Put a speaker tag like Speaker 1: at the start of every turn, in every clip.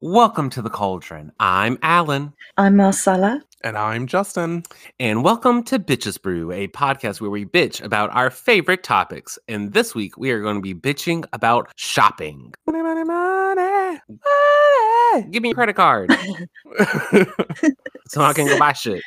Speaker 1: Welcome to the Cauldron. I'm Alan.
Speaker 2: I'm Marcella.
Speaker 3: And I'm Justin.
Speaker 1: And welcome to Bitches Brew, a podcast where we bitch about our favorite topics. And this week we are going to be bitching about shopping.
Speaker 3: Money, money, money.
Speaker 1: Give me your credit card so I can go buy shit.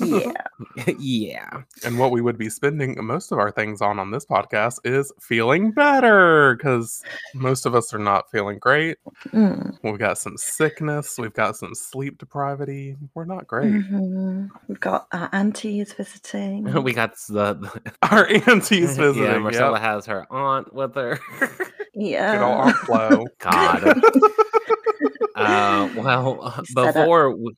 Speaker 2: Yeah.
Speaker 1: yeah.
Speaker 3: And what we would be spending most of our things on on this podcast is feeling better because most of us are not feeling great.
Speaker 2: Mm.
Speaker 3: We've got some sickness, we've got some sleep deprivity. We're not great.
Speaker 2: Mhm. We've got our auntie is visiting.
Speaker 1: We got the, the
Speaker 3: Our auntie's Mm-hmm. visiting.
Speaker 1: Mm-hmm. Yeah,
Speaker 3: Yeah,
Speaker 1: Marcella has her aunt with her.
Speaker 3: Good old
Speaker 2: yeah.
Speaker 3: Aunt Flo.
Speaker 1: God. uh, well, uh,
Speaker 2: Set up.
Speaker 1: before we,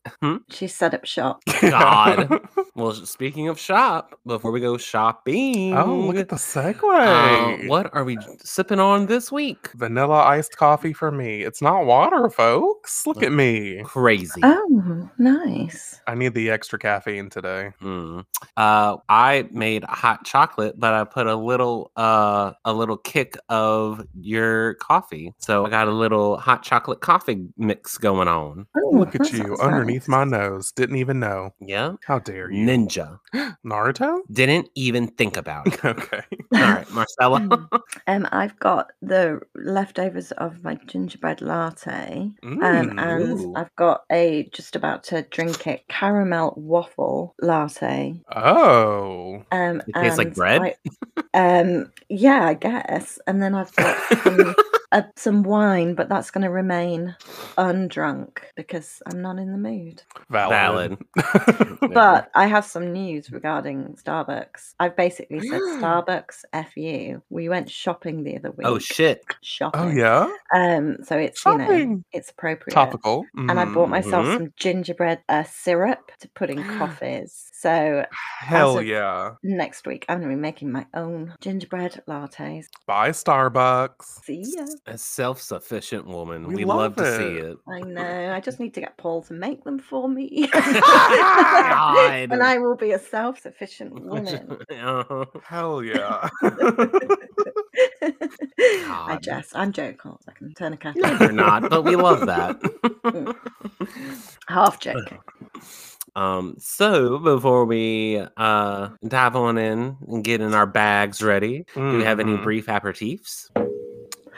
Speaker 2: she set up shop.
Speaker 1: God. well, speaking of shop, before we go shopping,
Speaker 3: oh, look at the
Speaker 1: uh,
Speaker 3: segue.
Speaker 1: what are we sipping on this week?
Speaker 3: Vanilla iced coffee for me. It's not water, folks. Look at me.
Speaker 1: Crazy.
Speaker 2: Oh, nice.
Speaker 3: I need the extra caffeine today.
Speaker 1: Mm. Uh, I made hot chocolate, but I put a little uh a little kick of your coffee, so I got a little hot chocolate coffee mix going on.
Speaker 2: Oh,
Speaker 3: Look
Speaker 2: that
Speaker 3: at you
Speaker 2: sounds
Speaker 3: underneath
Speaker 2: nice.
Speaker 3: my nose. Didn't even know.
Speaker 1: Yeah,
Speaker 3: How dare you?
Speaker 1: ninja.
Speaker 3: Naruto?
Speaker 1: Didn't even think about it.
Speaker 3: Okay.
Speaker 1: All right, Marcella.
Speaker 2: um, I've got the leftovers of my gingerbread latte. Um,
Speaker 3: Mm.
Speaker 2: and
Speaker 1: ooh.
Speaker 2: I've got a just about to drink it caramel waffle latte.
Speaker 3: oh.
Speaker 2: Um,
Speaker 1: It tastes like
Speaker 2: and
Speaker 1: bread?
Speaker 2: I- um, yeah, I guess. And then I've got some, uh, some wine, but that's going to remain undrunk because I'm not in the mood.
Speaker 3: Valid. Oh,
Speaker 2: But I have some news regarding Starbucks. I've basically said Starbucks, F you. We went shopping the other week.
Speaker 1: oh shit.
Speaker 2: Shopping.
Speaker 3: oh, yeah.
Speaker 2: Um, so it's you know
Speaker 3: Shopping.
Speaker 2: it's appropriate.
Speaker 3: Topical.
Speaker 2: And I bought
Speaker 3: Mm.
Speaker 2: myself
Speaker 1: Mhm.
Speaker 2: some gingerbread uh, syrup to put in coffees. So
Speaker 3: Hell
Speaker 2: of-
Speaker 3: yeah.
Speaker 2: next week I'm gonna be making my own gingerbread lattes.
Speaker 3: By Starbucks.
Speaker 2: See ya.
Speaker 1: A self-sufficient woman. We,
Speaker 3: We
Speaker 1: love,
Speaker 3: love
Speaker 1: to see it.
Speaker 2: I know. I just need to get Paul to make them for me.
Speaker 1: God.
Speaker 2: and I will be a self-sufficient woman.
Speaker 1: Uh-huh.
Speaker 3: Hell yeah.
Speaker 2: I
Speaker 1: God.
Speaker 2: jest. I'm joking. I can turn a cat.
Speaker 1: No, you're not, but we love that.
Speaker 2: Half joke.
Speaker 1: um, so before we uh dive on in and get in our bags ready, do we have any
Speaker 3: Mhm.
Speaker 1: brief aperitifs?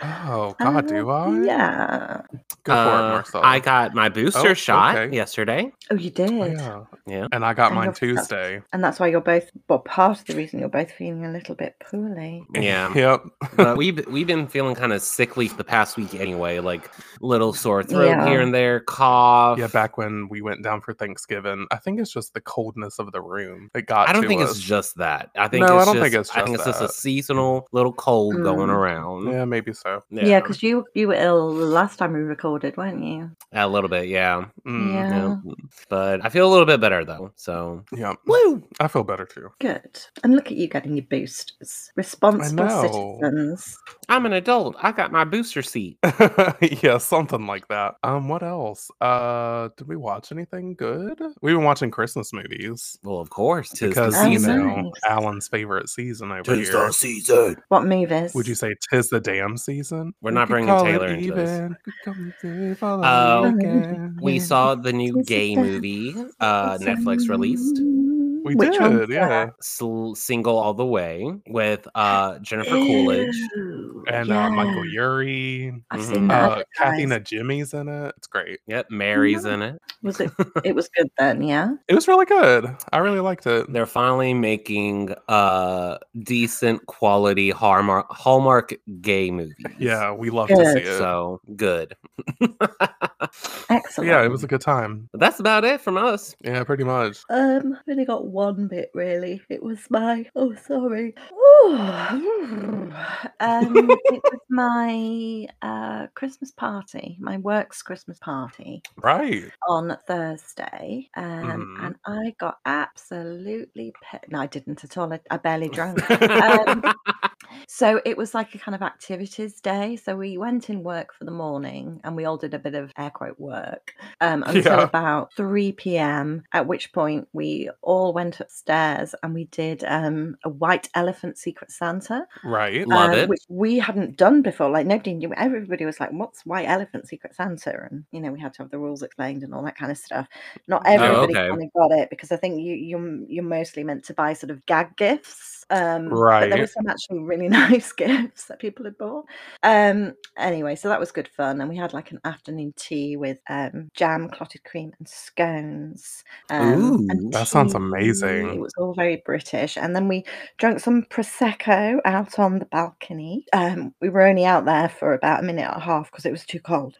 Speaker 3: Oh, God, do
Speaker 2: Uh,
Speaker 3: I?
Speaker 2: Yeah.
Speaker 3: Go for it,
Speaker 1: Uh,
Speaker 3: Marcel.
Speaker 1: I got my booster
Speaker 3: Oh,
Speaker 1: shot
Speaker 3: okay.
Speaker 1: yesterday.
Speaker 2: Oh, you did.
Speaker 3: Yeah.
Speaker 1: Yeah.
Speaker 3: And I got
Speaker 2: And
Speaker 3: mine
Speaker 2: you're fucked.
Speaker 3: Tuesday.
Speaker 2: And that's why you're both, well, part of the reason you're both feeling a little bit poorly.
Speaker 1: Yeah.
Speaker 3: Yep.
Speaker 1: but we've we've been feeling kind of sickly the past week anyway, like little sore throat
Speaker 2: Yeah.
Speaker 1: here and there, cough.
Speaker 3: Yeah, back when we went down for Thanksgiving, I think it's just the coldness of the room that got.
Speaker 1: I don't
Speaker 3: to
Speaker 1: think
Speaker 3: us.
Speaker 1: it's just that. I think
Speaker 3: No, I
Speaker 1: it's
Speaker 3: don't
Speaker 1: just,
Speaker 3: think it's
Speaker 1: I think
Speaker 3: just
Speaker 1: it's just a
Speaker 3: that.
Speaker 1: seasonal little cold going
Speaker 2: Mm.
Speaker 1: around.
Speaker 3: Yeah, maybe so.
Speaker 2: Yeah, because you you were ill the last time we recorded, weren't you?
Speaker 1: a little bit, yeah.
Speaker 3: Mm,
Speaker 2: Yeah.
Speaker 1: Yeah. But I feel a little bit better though. So
Speaker 3: yeah.
Speaker 1: woo.
Speaker 3: I feel better too.
Speaker 2: Good. And look at you getting your boosters. Responsible
Speaker 3: know.
Speaker 2: citizens.
Speaker 1: I'm an adult. I got my booster seat.
Speaker 3: yeah, something like that. Um, what else? Uh, did we watch anything good? We've been watching Christmas movies
Speaker 1: Well, of course, 'tis
Speaker 3: because
Speaker 1: the
Speaker 2: Oh,
Speaker 3: you
Speaker 1: season.
Speaker 3: know
Speaker 2: nice.
Speaker 3: Alan's favorite season over here.
Speaker 1: season.
Speaker 2: What movies?
Speaker 3: Would you say tis the damn season?
Speaker 1: We're
Speaker 3: We
Speaker 1: not
Speaker 3: could
Speaker 1: bringing
Speaker 3: call it
Speaker 1: Taylor into this.
Speaker 3: even, we could come to fall in
Speaker 1: Oh.
Speaker 3: again.
Speaker 1: We
Speaker 2: Yeah.
Speaker 1: saw the new
Speaker 2: Tis the
Speaker 1: gay
Speaker 2: damn
Speaker 1: movie uh, Netflix released.
Speaker 3: we
Speaker 2: Which one's
Speaker 3: did, yeah.
Speaker 1: Sl- single all the way with uh, Jennifer Coolidge.
Speaker 2: Ew,
Speaker 3: And uh, Michael Yuri.
Speaker 2: I've
Speaker 1: Mhm.
Speaker 2: seen that.
Speaker 3: Uh, Kathy Najimy's in it. It's great.
Speaker 1: Yep, Mary's in it.
Speaker 2: Was it? It was good then, yeah.
Speaker 3: It was really good. I really liked it.
Speaker 1: They're finally making uh decent quality Hallmark Hallmark gay movies.
Speaker 3: Yeah, we love to
Speaker 2: Good.
Speaker 3: see it.
Speaker 1: So good.
Speaker 2: Excellent.
Speaker 3: yeah, it was a good time.
Speaker 1: But that's about it from us.
Speaker 3: Yeah, pretty much.
Speaker 2: Um, I've only got one bit really. It was my oh sorry. Ooh. um it was my uh Christmas party, my work's Christmas party
Speaker 3: Right.
Speaker 2: on Thursday. Um
Speaker 3: Mhm.
Speaker 2: and I got absolutely pe- no, I didn't at all. I, I barely drank. Um, So it was like a kind of activities day. So we went in work for the morning and we all did a bit of air quote work um, until
Speaker 3: Yeah.
Speaker 2: about 3 p.m., at which point we all went upstairs and we did um, a white elephant secret Santa,
Speaker 3: Right.
Speaker 1: Love
Speaker 2: um,
Speaker 1: it.
Speaker 2: which we hadn't done before. Like nobody knew. Everybody was like, what's white elephant secret Santa? And, you know, we had to have the rules explained and all that kind of stuff. Not
Speaker 3: Oh,
Speaker 2: everybody
Speaker 1: okay.
Speaker 2: kind of got it because I think you, you, you're mostly meant to buy sort of gag gifts. Um, but there
Speaker 3: Right.
Speaker 2: were some actually really nice gifts that people had bought. Um, anyway, so that was good fun, and we had like an afternoon tea with um, jam, clotted cream, and scones. Um, and
Speaker 1: Ooh.
Speaker 3: That sounds
Speaker 2: tea.
Speaker 3: amazing.
Speaker 2: It was all very British, and then we drank some prosecco out on the balcony. Um, we were only out there for about a minute and a half because it was too cold.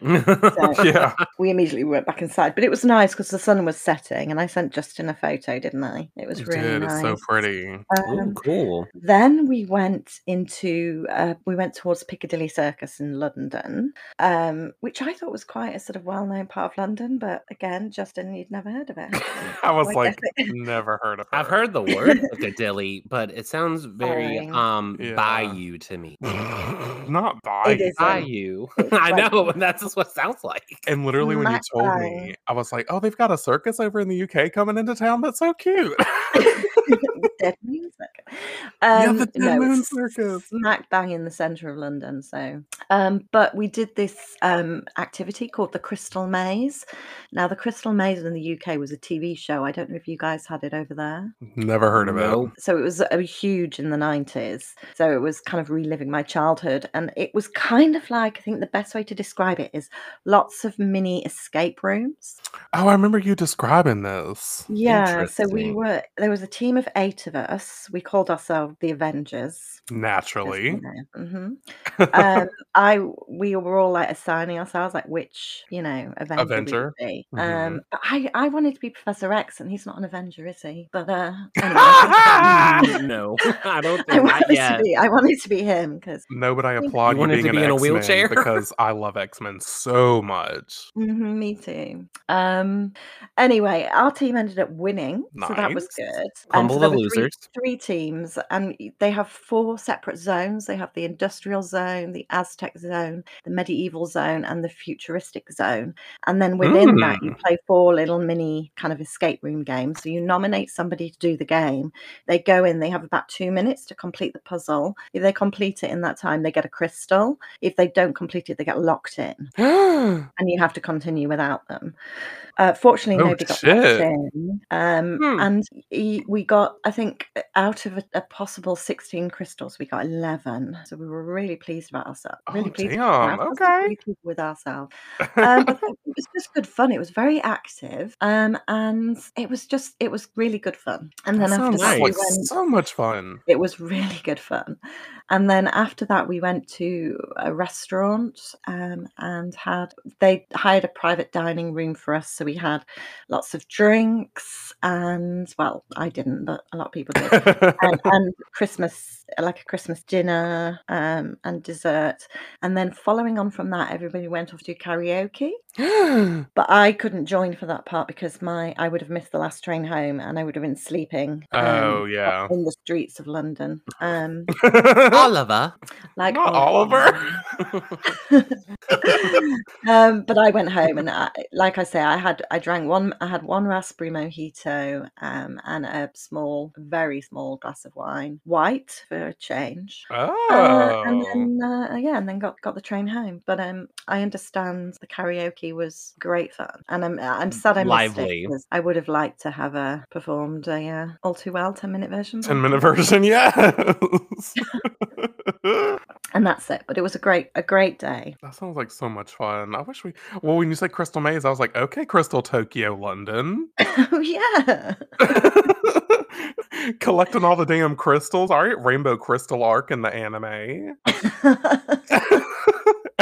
Speaker 3: Yeah.
Speaker 2: We immediately went back inside, but it was nice because the sun was setting, and I sent Justin a photo, didn't I? It was
Speaker 3: You
Speaker 2: really
Speaker 3: did.
Speaker 2: nice.
Speaker 3: It's so pretty.
Speaker 1: Ooh,
Speaker 2: Um,
Speaker 1: cool.
Speaker 2: then we went into uh, we went towards piccadilly circus in london um, which i thought was quite a sort of well-known part of london but again justin you'd never heard of it
Speaker 3: I was
Speaker 2: Like,
Speaker 3: like,
Speaker 2: that's it.
Speaker 3: never heard of her.
Speaker 1: I've heard the word piccadilly, but it sounds very
Speaker 2: Boring.
Speaker 1: um
Speaker 3: Yeah.
Speaker 1: bayou to me.
Speaker 3: Not by.
Speaker 2: is-
Speaker 1: Bayou.
Speaker 2: It's
Speaker 1: I
Speaker 2: like-
Speaker 1: know, but that's just what it sounds like.
Speaker 3: And literally, when you
Speaker 2: Not
Speaker 3: told
Speaker 2: by.
Speaker 3: me, I was like, oh, they've got a circus over in the UK coming into town. That's so cute.
Speaker 2: dead moon circus
Speaker 3: yeah,
Speaker 2: Um,
Speaker 3: the Dead
Speaker 2: no,
Speaker 3: Moon
Speaker 2: it's
Speaker 3: Circus.
Speaker 2: smack bang in the center of london so um, but we did this um, activity called the crystal maze now the crystal maze in the uk was a tv show i don't know if you guys had it over there
Speaker 3: Never heard of
Speaker 1: Nope.
Speaker 2: so it was uh, huge in the 90s so it was kind of reliving my childhood and it was kind of like i think the best way to describe it is lots of mini escape rooms
Speaker 3: it. Oh, I remember you describing this.
Speaker 2: yeah so we
Speaker 1: Interesting.
Speaker 2: were there was a team of eight of us we called ourselves the avengers
Speaker 3: Naturally.
Speaker 2: hmm um, I we were all like assigning ourselves like which you know Avenger,
Speaker 3: Avenger.
Speaker 2: we would be.
Speaker 3: Mhm.
Speaker 2: Um, but I I wanted to be Professor X, and he's not an Avenger, is he? But uh, anyway.
Speaker 3: Ah!
Speaker 1: Mm, no, I don't
Speaker 2: I
Speaker 1: think
Speaker 2: wanted
Speaker 1: not yet.
Speaker 2: to be I wanted to be him because
Speaker 3: no, but I applaud you,
Speaker 1: wanted to
Speaker 3: being
Speaker 1: be
Speaker 3: an
Speaker 1: in a
Speaker 3: X-Men
Speaker 1: wheelchair?
Speaker 3: because I love X-Men so much.
Speaker 2: mm-hmm, me too. Um anyway, our team ended up winning. So that was
Speaker 3: Nice.
Speaker 2: good. Um,
Speaker 1: Humble the
Speaker 2: so there were three,
Speaker 1: losers.
Speaker 2: three teams and y- they have four separate zones. They have the industrial zone, the Aztec zone, the medieval zone, and the futuristic zone. And then within that you play four little mini kind of escape room games. So you nominate somebody to do the game they go in they have about two minutes to complete the puzzle if they complete it in that time they get a crystal if they don't complete it they get locked in and you have to continue without them uh, fortunately
Speaker 3: Oh,
Speaker 2: nobody got
Speaker 3: shit.
Speaker 2: locked in um,
Speaker 1: Hmm.
Speaker 2: and he, we got i think uh, out of a, a possible 16 crystals we got 11 so we were really pleased about ourselves really
Speaker 3: Oh,
Speaker 2: pleased
Speaker 3: damn,
Speaker 2: with ourselves,
Speaker 3: okay.
Speaker 2: really pleased with ourselves um, but it was just good fun. It was very active, um, and it was just it was really good fun. And
Speaker 3: That
Speaker 2: then after
Speaker 3: sounds
Speaker 2: that, we
Speaker 3: like
Speaker 2: went.
Speaker 3: so much fun.
Speaker 2: It was really good fun. And then after that, we went to a restaurant um, and had, they hired a private dining room for us. So we had lots of drinks and, well, I didn't, but a lot of people did. and, and Christmas, like a Christmas dinner um, and dessert. And then following on from that, everybody went off to karaoke
Speaker 3: oh,
Speaker 2: but I couldn't join for that part because my I would have missed the last train home and I would have been sleeping. um,
Speaker 3: Oh, yeah.
Speaker 2: in the streets of London. Um,
Speaker 1: Oliver.
Speaker 2: like
Speaker 3: Not
Speaker 2: all of
Speaker 3: Oliver.
Speaker 2: them. um, but I went home and, I, like I say, I had I drank one. I had one raspberry mojito um, and a small, very small glass of wine, white for a change. Uh, and
Speaker 3: oh.
Speaker 2: then uh, yeah, and then got got the train home. But um, I understand the karaoke was great fun, and I'm I'm sad I missed
Speaker 1: Lively.
Speaker 2: it 'cause I would have liked to have uh, performed a uh, all too well ten minute version. but I
Speaker 3: 10 minute
Speaker 2: couldn't.
Speaker 3: version, yes.
Speaker 2: and that's it. But it was a great a great day.
Speaker 3: That sounds like so much fun. I wish we. Well, when you said Crystal Maze, I was like, okay, Crystal Tokyo, London.
Speaker 2: oh yeah,
Speaker 3: Collecting all the damn crystals. All right, Rainbow Crystal Arc in the anime.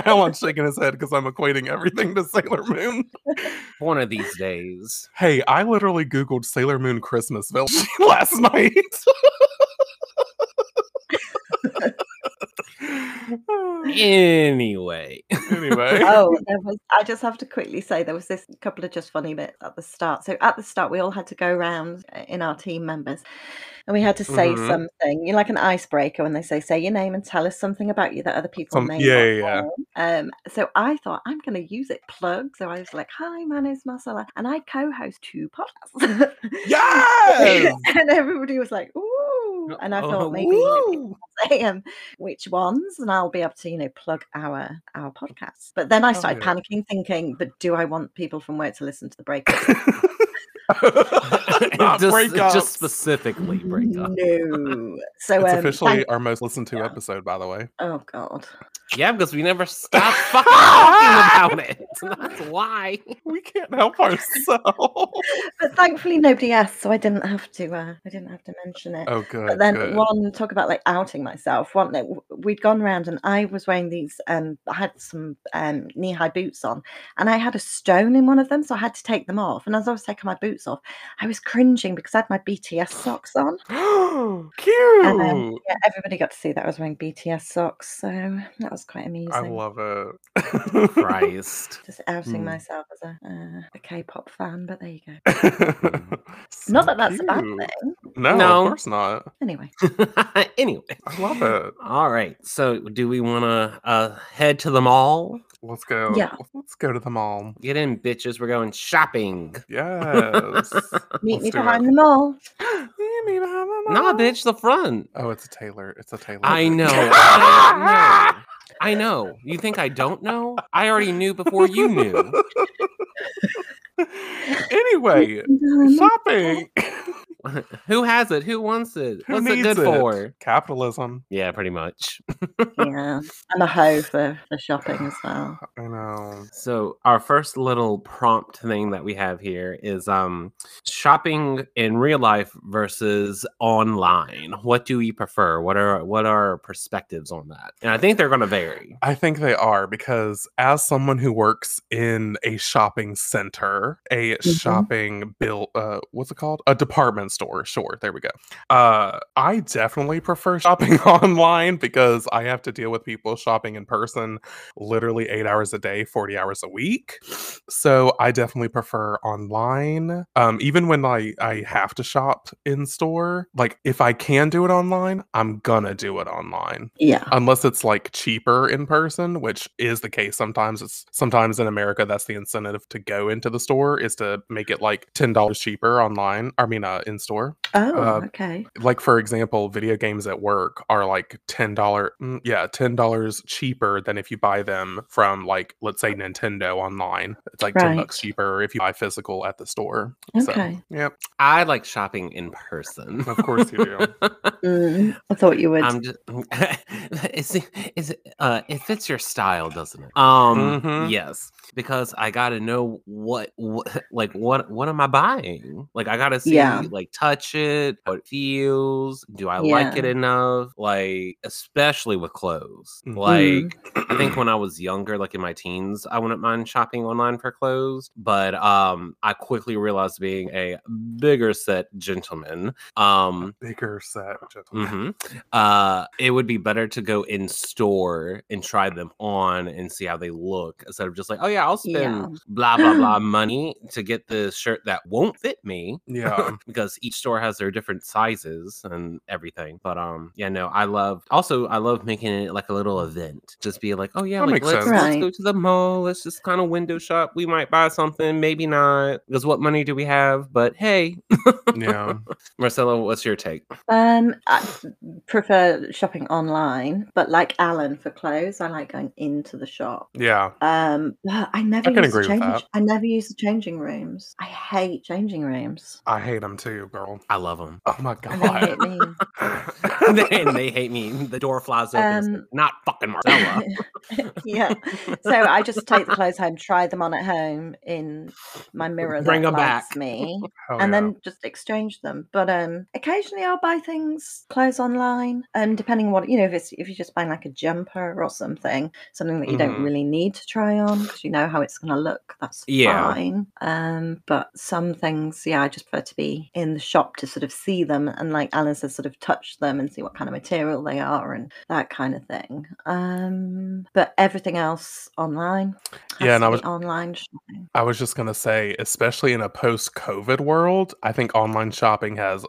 Speaker 3: Alan's shaking his head because I'm equating everything to Sailor Moon.
Speaker 1: One of these days.
Speaker 3: Hey, I literally Googled Sailor Moon Christmas Village last night.
Speaker 1: Anyway.
Speaker 3: Anyway.
Speaker 2: oh, there was, I just have to quickly say there was this couple of just funny bits at the start. So at the start, we all had to go round in our team members, and we had to say
Speaker 3: Mhm.
Speaker 2: something. You know, like an icebreaker when they say say your name and tell us something about you that other people
Speaker 3: Some-
Speaker 2: may
Speaker 3: yeah,
Speaker 2: not
Speaker 3: yeah,
Speaker 2: know. Um, so I thought I'm going to use it plug. So I was like, "Hi, my name's Marcella, and I co-host two podcasts."
Speaker 3: Yes! oh,
Speaker 2: and everybody was like, "Ooh!" And I thought maybe you know,
Speaker 3: Woo!
Speaker 2: say um, which ones, and I'll be able to, you know, plug our our podcasts. But then I
Speaker 3: Oh,
Speaker 2: started
Speaker 3: yeah.
Speaker 2: panicking, thinking, but do I want people from work to listen to the break?
Speaker 3: Not
Speaker 1: just,
Speaker 3: breakups.
Speaker 1: just specifically break up.
Speaker 2: no. So
Speaker 3: it's
Speaker 2: um,
Speaker 3: officially
Speaker 2: thank-
Speaker 3: our most listened to episode, by the way.
Speaker 2: oh god.
Speaker 1: Yeah, because we never stop fucking talking about it. That's why.
Speaker 3: We can't help ourselves.
Speaker 2: But thankfully nobody asked, so I didn't have to. Uh, I didn't have to mention it.
Speaker 3: oh, good.
Speaker 2: But then
Speaker 3: good.
Speaker 2: one talk about like outing myself. One like, w- we'd gone round and I was wearing these. Um, I had some um, knee high boots on, and I had a stone in one of them, so I had to take them off. And as I was taking my boots off, I was cringing because I had my BTS socks on.
Speaker 3: Cute.
Speaker 2: And, um, Yeah, everybody got to see that I was wearing BTS socks, so that was quite amusing.
Speaker 3: I love it.
Speaker 1: Christ.
Speaker 2: just outing
Speaker 3: Mm.
Speaker 2: myself as a, uh, a K-pop fan, but there you go.
Speaker 3: So
Speaker 2: Not that that's a bad
Speaker 3: cute.
Speaker 2: thing.
Speaker 3: No,
Speaker 1: No.
Speaker 3: of course not.
Speaker 2: Anyway,
Speaker 1: anyway.
Speaker 3: I love it.
Speaker 1: All right. So, do we want to uh, head to the mall?
Speaker 3: Let's go.
Speaker 2: Yeah.
Speaker 3: Let's go to the mall.
Speaker 1: Get in, bitches. We're going shopping.
Speaker 3: Yes.
Speaker 2: meet me
Speaker 3: do it.
Speaker 2: behind the mall.
Speaker 3: You mean I'm a
Speaker 1: Nah,
Speaker 3: mall?
Speaker 1: bitch, the front.
Speaker 3: Oh, it's a tailor. It's a tailor.
Speaker 1: I know. I know. I know. You think I don't know? I already knew before you knew.
Speaker 3: anyway,
Speaker 2: Meet me
Speaker 1: Mm-hmm.
Speaker 2: behind the-
Speaker 3: shopping.
Speaker 1: Who has it? Who wants it?
Speaker 3: Who
Speaker 1: What's it
Speaker 3: needs
Speaker 1: good for?
Speaker 3: Capitalism.
Speaker 1: Yeah, pretty much.
Speaker 2: yeah, I'm a hoe for, for shopping as well.
Speaker 3: I know.
Speaker 1: So our first little prompt thing that we have here is um shopping in real life versus online. What do we prefer? What are what are our perspectives on that? And I think they're going to vary.
Speaker 3: I think they are because, as someone who works in a shopping center, a shopping bill, uh, what's it called? A department store. Sure, there we go. Uh, I definitely prefer shopping online because I have to deal with people shopping in person literally eight hours a day, 40 hours a week. So I definitely prefer online. Um, even when I, I have to shop in store, like if I can do it online, I'm gonna do it online
Speaker 2: Yeah.
Speaker 3: unless it's like cheaper in person which is the case sometimes it's sometimes in america that's the incentive to go into the store is to make it like $10 cheaper online i mean uh, in store
Speaker 2: Oh,
Speaker 3: uh,
Speaker 2: okay.
Speaker 3: like for example video games at work are like $10 mm, yeah $10 cheaper than if you buy them from like let's say nintendo online it's like 10
Speaker 2: Right.
Speaker 3: bucks cheaper if you buy physical at the store so
Speaker 2: Okay.
Speaker 3: yep
Speaker 1: I like shopping in person.
Speaker 3: of course you do Mm-hmm.
Speaker 2: Mm, I thought you would.
Speaker 1: I'm just it's, it's, uh, it fits your style, doesn't it?
Speaker 2: Mm-hmm.
Speaker 1: Um,
Speaker 3: Mhm.
Speaker 1: yes, because I got to know what, what, like what, what am I buying? Like I got to see,
Speaker 2: Yeah.
Speaker 1: like touch it, how it feels. Do I like it
Speaker 2: Yeah. Mm-hmm.
Speaker 1: enough? Like especially with clothes.
Speaker 3: Mhm.
Speaker 1: Like I think when I was younger, like in my teens, I wouldn't mind shopping online for clothes, but um, I quickly realized being a bigger set gentleman, um,
Speaker 3: bigger set gentlemen.
Speaker 1: hmm Uh, it would be better to go in store and try them on and see how they look instead of just like, oh yeah, I'll spend
Speaker 2: Yeah.
Speaker 1: blah blah blah money to get this shirt that won't fit me
Speaker 3: yeah
Speaker 1: because each store has their different sizes and everything. But um, yeah, no, I love also I love making it like a little event. Just be like, oh yeah,
Speaker 3: That
Speaker 1: like
Speaker 3: makes
Speaker 1: let's,
Speaker 3: sense.
Speaker 1: let's go
Speaker 2: Right.
Speaker 1: to the mall. Let's just kind of window shop. We might buy something, maybe not. Because what money do we have? But hey,
Speaker 3: yeah
Speaker 1: Marcella, what's your take?
Speaker 2: Um, I prefer shopping online, but like Alan for clothes, I like going into the shop.
Speaker 3: yeah
Speaker 2: Um, but I never
Speaker 3: I can
Speaker 2: use the
Speaker 3: agree with
Speaker 2: change.
Speaker 3: that.
Speaker 2: I never use the changing rooms. I hate changing rooms.
Speaker 3: i hate them too girl
Speaker 1: I love them.
Speaker 3: Oh my
Speaker 2: And they
Speaker 3: god.
Speaker 2: hate me.
Speaker 1: and, they, and they hate me. The door flies open. it's like,
Speaker 2: Um,
Speaker 1: Not fucking Marcella.
Speaker 2: yeah. So I just take the clothes home, try them on at home in my mirror.
Speaker 1: Bring
Speaker 2: that
Speaker 1: 'em
Speaker 2: lights
Speaker 1: back.
Speaker 2: me.
Speaker 3: Hell
Speaker 2: and
Speaker 3: Oh, yeah.
Speaker 2: then just exchange them. But um, occasionally I'll buy things, clothes online, um, depending on what you know. If it's if you're just buying like a jumper or something, something that you
Speaker 3: Mhm.
Speaker 2: don't really need to try on because you know how it's going to look, that's
Speaker 1: Yeah.
Speaker 2: fine. Um, but some things, yeah, I just prefer to be in the the shop to sort of see them and, like Alan says, sort of touch them and see what kind of material they are and that kind of thing. Um, but everything else online. has
Speaker 3: Yeah, and
Speaker 2: to
Speaker 3: I
Speaker 2: be
Speaker 3: was-
Speaker 2: online shopping.
Speaker 3: I was just going to say, especially in a post COVID world, I think online shopping has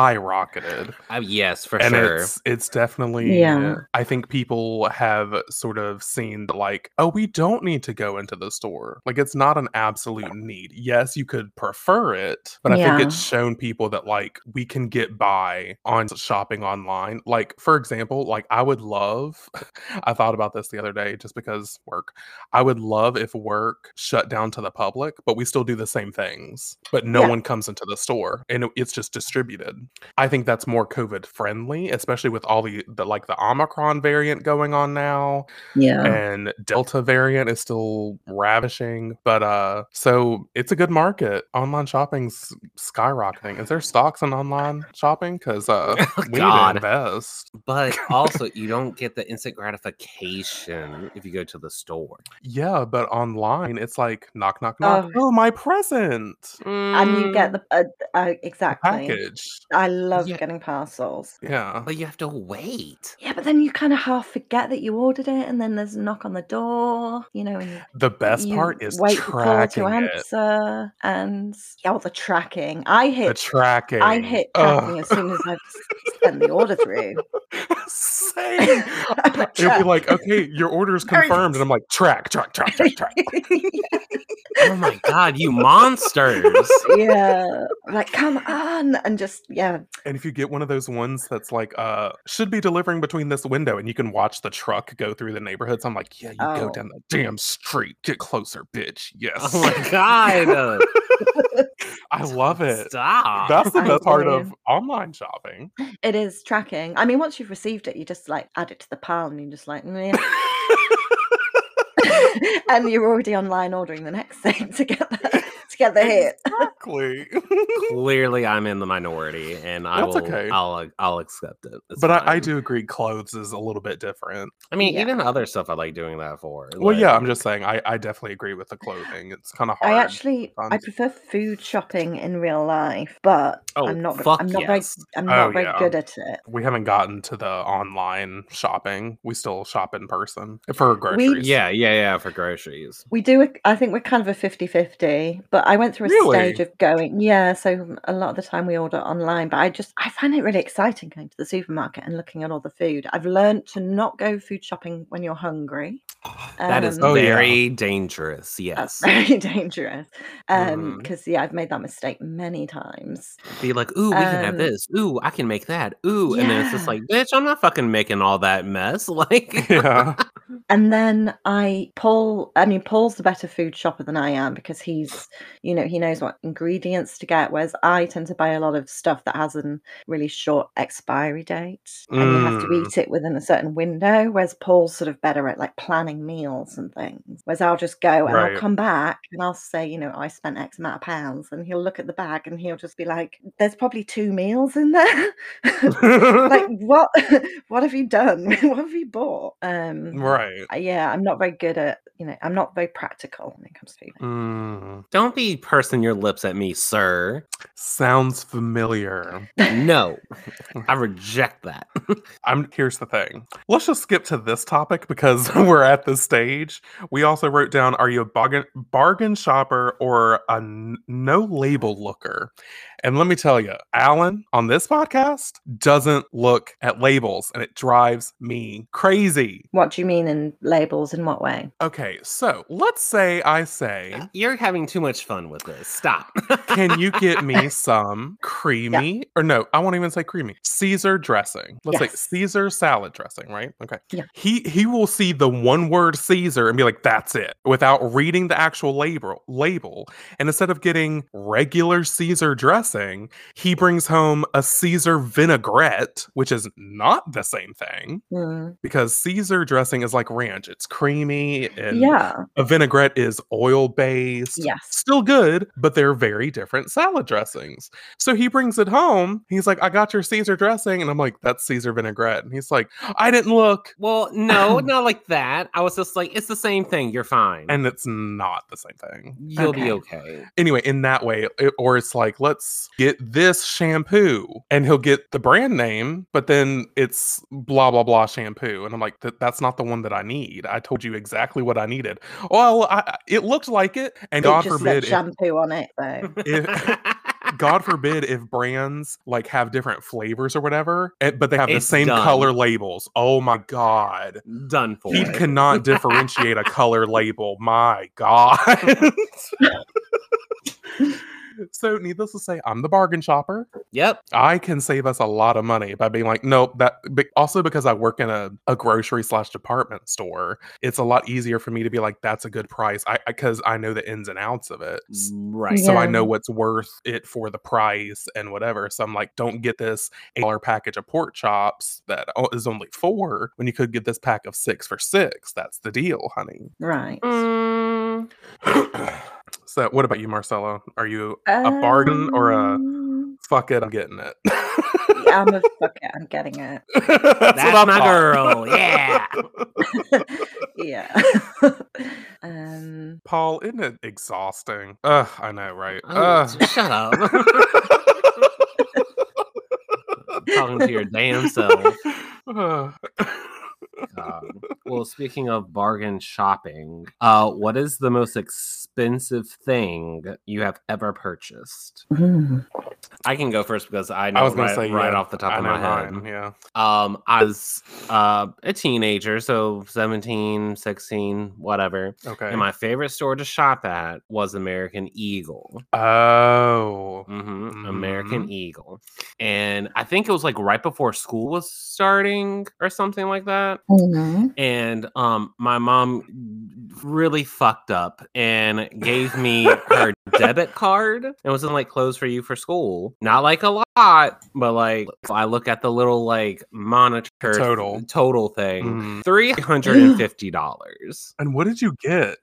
Speaker 3: skyrocketed.
Speaker 1: Uh, yes, for
Speaker 3: and
Speaker 1: sure.
Speaker 3: it's, it's definitely,
Speaker 2: Yeah.
Speaker 3: I think people have sort of seen the like, oh, we don't need to go into the store. Like, it's not an absolute need. Yes, you could prefer it, but I think
Speaker 2: Yeah.
Speaker 3: it's shown people that like we can get by on shopping online. Like, for example, like I would love, I thought about this the other day just because work. I would love if work shut down to the public, but we still do the same things, but no
Speaker 2: Yeah.
Speaker 3: one comes into the store and it- it's just distributed. I think that's more COVID friendly, especially with all the, the like the Omicron variant going on now
Speaker 2: Yeah.
Speaker 3: and Delta variant is still ravishing. But uh so it's a good market. Online shopping's skyrocketing. Is there stocks in online shopping? Because uh
Speaker 2: Oh,
Speaker 3: we
Speaker 1: God.
Speaker 3: need to invest.
Speaker 1: but also, you don't get the instant gratification if you go to the store.
Speaker 3: Yeah, but online it's like knock knock knock.
Speaker 2: Oh.
Speaker 3: Oh, my present.
Speaker 2: and you get the uh, uh, exactly.
Speaker 3: Mm. package.
Speaker 2: I love
Speaker 1: Yeah.
Speaker 2: getting parcels.
Speaker 3: Yeah.
Speaker 1: but you have to wait.
Speaker 2: Yeah, but then you kind of half forget that you ordered it, and then there's a knock on the door, you know. And you-
Speaker 3: The best
Speaker 2: you
Speaker 3: part is
Speaker 2: wait for call to
Speaker 3: tracking it.
Speaker 2: answer, and yeah, well, the tracking. I
Speaker 3: The
Speaker 2: hit,
Speaker 3: tracking.
Speaker 2: I hit tracking
Speaker 3: Ugh.
Speaker 2: as soon as I've s- sent the order through.
Speaker 3: Same. It'll be like, okay, your order is
Speaker 2: Very
Speaker 3: confirmed, and I'm like, track, track, track, track, track.
Speaker 1: Oh my god, you monsters!
Speaker 2: yeah, like come on, and just yeah,
Speaker 3: And if you get one of those ones that's like, uh, should be delivering between this window, and you can watch the truck go through the neighborhoods, I'm like, yeah, you go
Speaker 2: Oh.
Speaker 3: down the damn street, get closer, bitch. Yes,
Speaker 1: Oh my god!
Speaker 3: I love it.
Speaker 1: Stop.
Speaker 3: That's the
Speaker 2: I
Speaker 3: best part
Speaker 2: believe.
Speaker 3: of online shopping.
Speaker 2: it is tracking. I mean, once you've received it, you just like add it to the pile, and you're just like, "Meh." and you're already online ordering the next thing to get that, to get the hit.
Speaker 3: exactly.
Speaker 1: Clearly, I'm in the minority, and I
Speaker 3: That's
Speaker 1: will.
Speaker 3: okay.
Speaker 1: I'll. uh, I'll accept it. It's
Speaker 3: but I, I
Speaker 1: fine.
Speaker 3: do agree, clothes is a little bit different.
Speaker 1: I mean,
Speaker 2: Yeah.
Speaker 1: even other stuff I like doing that for.
Speaker 3: Well, yeah, I'm
Speaker 1: like-
Speaker 3: just saying. I, I definitely agree with the clothing. It's kind of hard.
Speaker 2: I actually I
Speaker 3: Sounds-
Speaker 2: prefer food shopping in real life, but
Speaker 1: Oh,
Speaker 2: I'm not go-
Speaker 1: fuck
Speaker 2: I'm not
Speaker 1: yes.
Speaker 2: very I'm
Speaker 3: Oh,
Speaker 2: not very
Speaker 3: yeah.
Speaker 2: good at it.
Speaker 3: we haven't gotten to the online shopping. We still shop in person for groceries.
Speaker 1: Yeah, yeah, yeah. For groceries.
Speaker 2: We do a- I think we're kind of a 50-50, but I went through a
Speaker 3: Really?
Speaker 2: stage of going, yeah, so a lot of the time we order online, but I just I find it really exciting going to the supermarket and looking at all the food. I've learned to not go food shopping when you're hungry.
Speaker 1: that is
Speaker 2: Um,
Speaker 3: Oh, yeah.
Speaker 1: very dangerous. Yes.
Speaker 2: That's very dangerous. Um,
Speaker 1: Mhm.
Speaker 2: because yeah, I've made that mistake many times.
Speaker 1: Be like, ooh, we can have
Speaker 2: Um,
Speaker 1: this. Ooh, I can make that. Ooh, and then it's just
Speaker 2: yeah.
Speaker 1: like, bitch, I'm not fucking making all that mess. Like,
Speaker 3: yeah.
Speaker 2: And then I Paul, I mean Paul's the better food shopper than I am because he's, you know, he knows what ingredients to get. Whereas I tend to buy a lot of stuff that has a really short expiry date, and you have to
Speaker 3: Mm.
Speaker 2: eat it within a certain window. Whereas Paul's sort of better at like planning meals and things. Whereas I'll just go and
Speaker 3: Right.
Speaker 2: I'll come back and I'll say, you know, I spent X amount of pounds, and he'll look at the bag and he'll just be like, "There's probably two meals in there." like what? what have you done? what have you bought? Um,
Speaker 3: right.
Speaker 2: I- yeah, I'm not very good at, you know, I'm not very practical when it comes to food.
Speaker 3: Mm.
Speaker 1: don't be pursing your lips at me, sir.
Speaker 3: Sounds familiar.
Speaker 1: No, I reject that.
Speaker 3: I'm here's the thing. Let's just skip to this topic because we're at this stage. We also wrote down: Are you a bargain bargain shopper or a n- no label looker? And let me tell you, Alan on this podcast doesn't look at labels, and it drives me crazy.
Speaker 2: What do you mean in labels? In what way?
Speaker 3: Okay, so let's say I say,
Speaker 1: You're having too much fun with this. Stop.
Speaker 3: "Can you get me some creamy or no? I won't even say creamy. Caesar dressing. Let's say
Speaker 2: Yes.
Speaker 3: Caesar salad dressing, right? Okay.
Speaker 2: Yeah.
Speaker 3: He he will see the one word Caesar and be like, "That's it," without reading the actual label. Label. And instead of getting regular Caesar dressing, he brings home a Caesar vinaigrette, which is not the same thing
Speaker 2: Mm.
Speaker 3: because Caesar dressing is like like ranch. It's creamy and
Speaker 2: yeah.
Speaker 3: a vinaigrette is oil based.
Speaker 2: Yes.
Speaker 3: Still good, but they're very different salad dressings. So he brings it home. He's like, I got your Caesar dressing. And I'm like, that's Caesar vinaigrette. And he's like, I didn't look.
Speaker 1: Well, no, not like that. I was just like, it's the same thing. You're fine.
Speaker 3: And it's not the same thing.
Speaker 1: you'll be
Speaker 2: Okay.
Speaker 1: okay.
Speaker 3: anyway, in that way, it, or it's like, let's get this shampoo and he'll get the brand name, but then it's blah, blah, blah shampoo. And I'm like, "That- that's not the one that I need. I told you exactly what I needed. Well, I, I- it looked like it. And
Speaker 2: It
Speaker 3: God
Speaker 2: just
Speaker 3: forbid,
Speaker 2: said
Speaker 3: if-
Speaker 2: shampoo on it though.
Speaker 3: God forbid if brands like have different flavors or whatever, eh, but they have the
Speaker 1: It's
Speaker 3: same
Speaker 1: done.
Speaker 3: color labels. Oh my God.
Speaker 1: Done for.
Speaker 3: He cannot differentiate a color label. My God. so, needless to say, I'm the bargain shopper.
Speaker 1: Yep.
Speaker 3: I can save us a lot of money by being like, nope, that but also because I work in a, a grocery slash department store, it's a lot easier for me to be like, that's a good price. I because I know the ins and outs of it. S-
Speaker 1: Right.
Speaker 2: Yeah.
Speaker 3: So I know what's worth it for the price and whatever. So I'm like, don't get this eight dollar package of pork chops that o- is only four when you could get this pack of six for six. That's the deal, honey.
Speaker 2: Right.
Speaker 1: Mm,
Speaker 3: so what about you, Marcelo? Are you a bargain or a
Speaker 2: Um,
Speaker 3: fuck it? I'm getting it.
Speaker 2: yeah, I'm a fuck it, I'm getting it.
Speaker 3: that's what
Speaker 1: That's
Speaker 3: I
Speaker 1: my
Speaker 3: thought.
Speaker 1: girl. Yeah.
Speaker 2: Yeah. um
Speaker 3: Paul, isn't it exhausting? Ugh, I know, right?
Speaker 1: Oh,
Speaker 3: Ugh.
Speaker 1: t- shut up. Talking to your damn self.
Speaker 3: Ugh.
Speaker 1: God. Well, speaking of bargain shopping, uh, what is the most expensive thing you have ever purchased?
Speaker 2: mm,
Speaker 1: I can go first because I know
Speaker 3: I was gonna
Speaker 1: right,
Speaker 3: say
Speaker 1: right
Speaker 3: yeah,
Speaker 1: off the top
Speaker 3: I
Speaker 1: of
Speaker 3: know
Speaker 1: my head.
Speaker 3: mine, Yeah.
Speaker 1: Um, I was uh, a teenager, so 17, 16, whatever.
Speaker 3: Okay.
Speaker 1: And my favorite store to shop at was American Eagle.
Speaker 3: oh.
Speaker 1: hmm American
Speaker 3: Mhm.
Speaker 1: Eagle. And I think it was like right before school was starting or something like that. And um my mom really fucked up and gave me her debit card and was in like clothes for you for school. Not like a lot, but like if I look at the little like monitor
Speaker 3: Total.
Speaker 1: total thing.
Speaker 3: Mm.
Speaker 1: $350.
Speaker 3: And what did you get?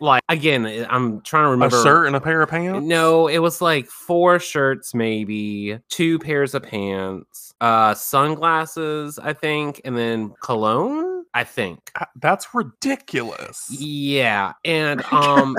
Speaker 1: Like again, I- I'm trying to
Speaker 3: A
Speaker 1: remember
Speaker 3: shirt and a pair of pants?
Speaker 1: no, it was like four shirts, maybe two pairs of pants, uh, sunglasses, I think, and then cologne, I think.
Speaker 3: Uh, That's ridiculous.
Speaker 1: Yeah, and um,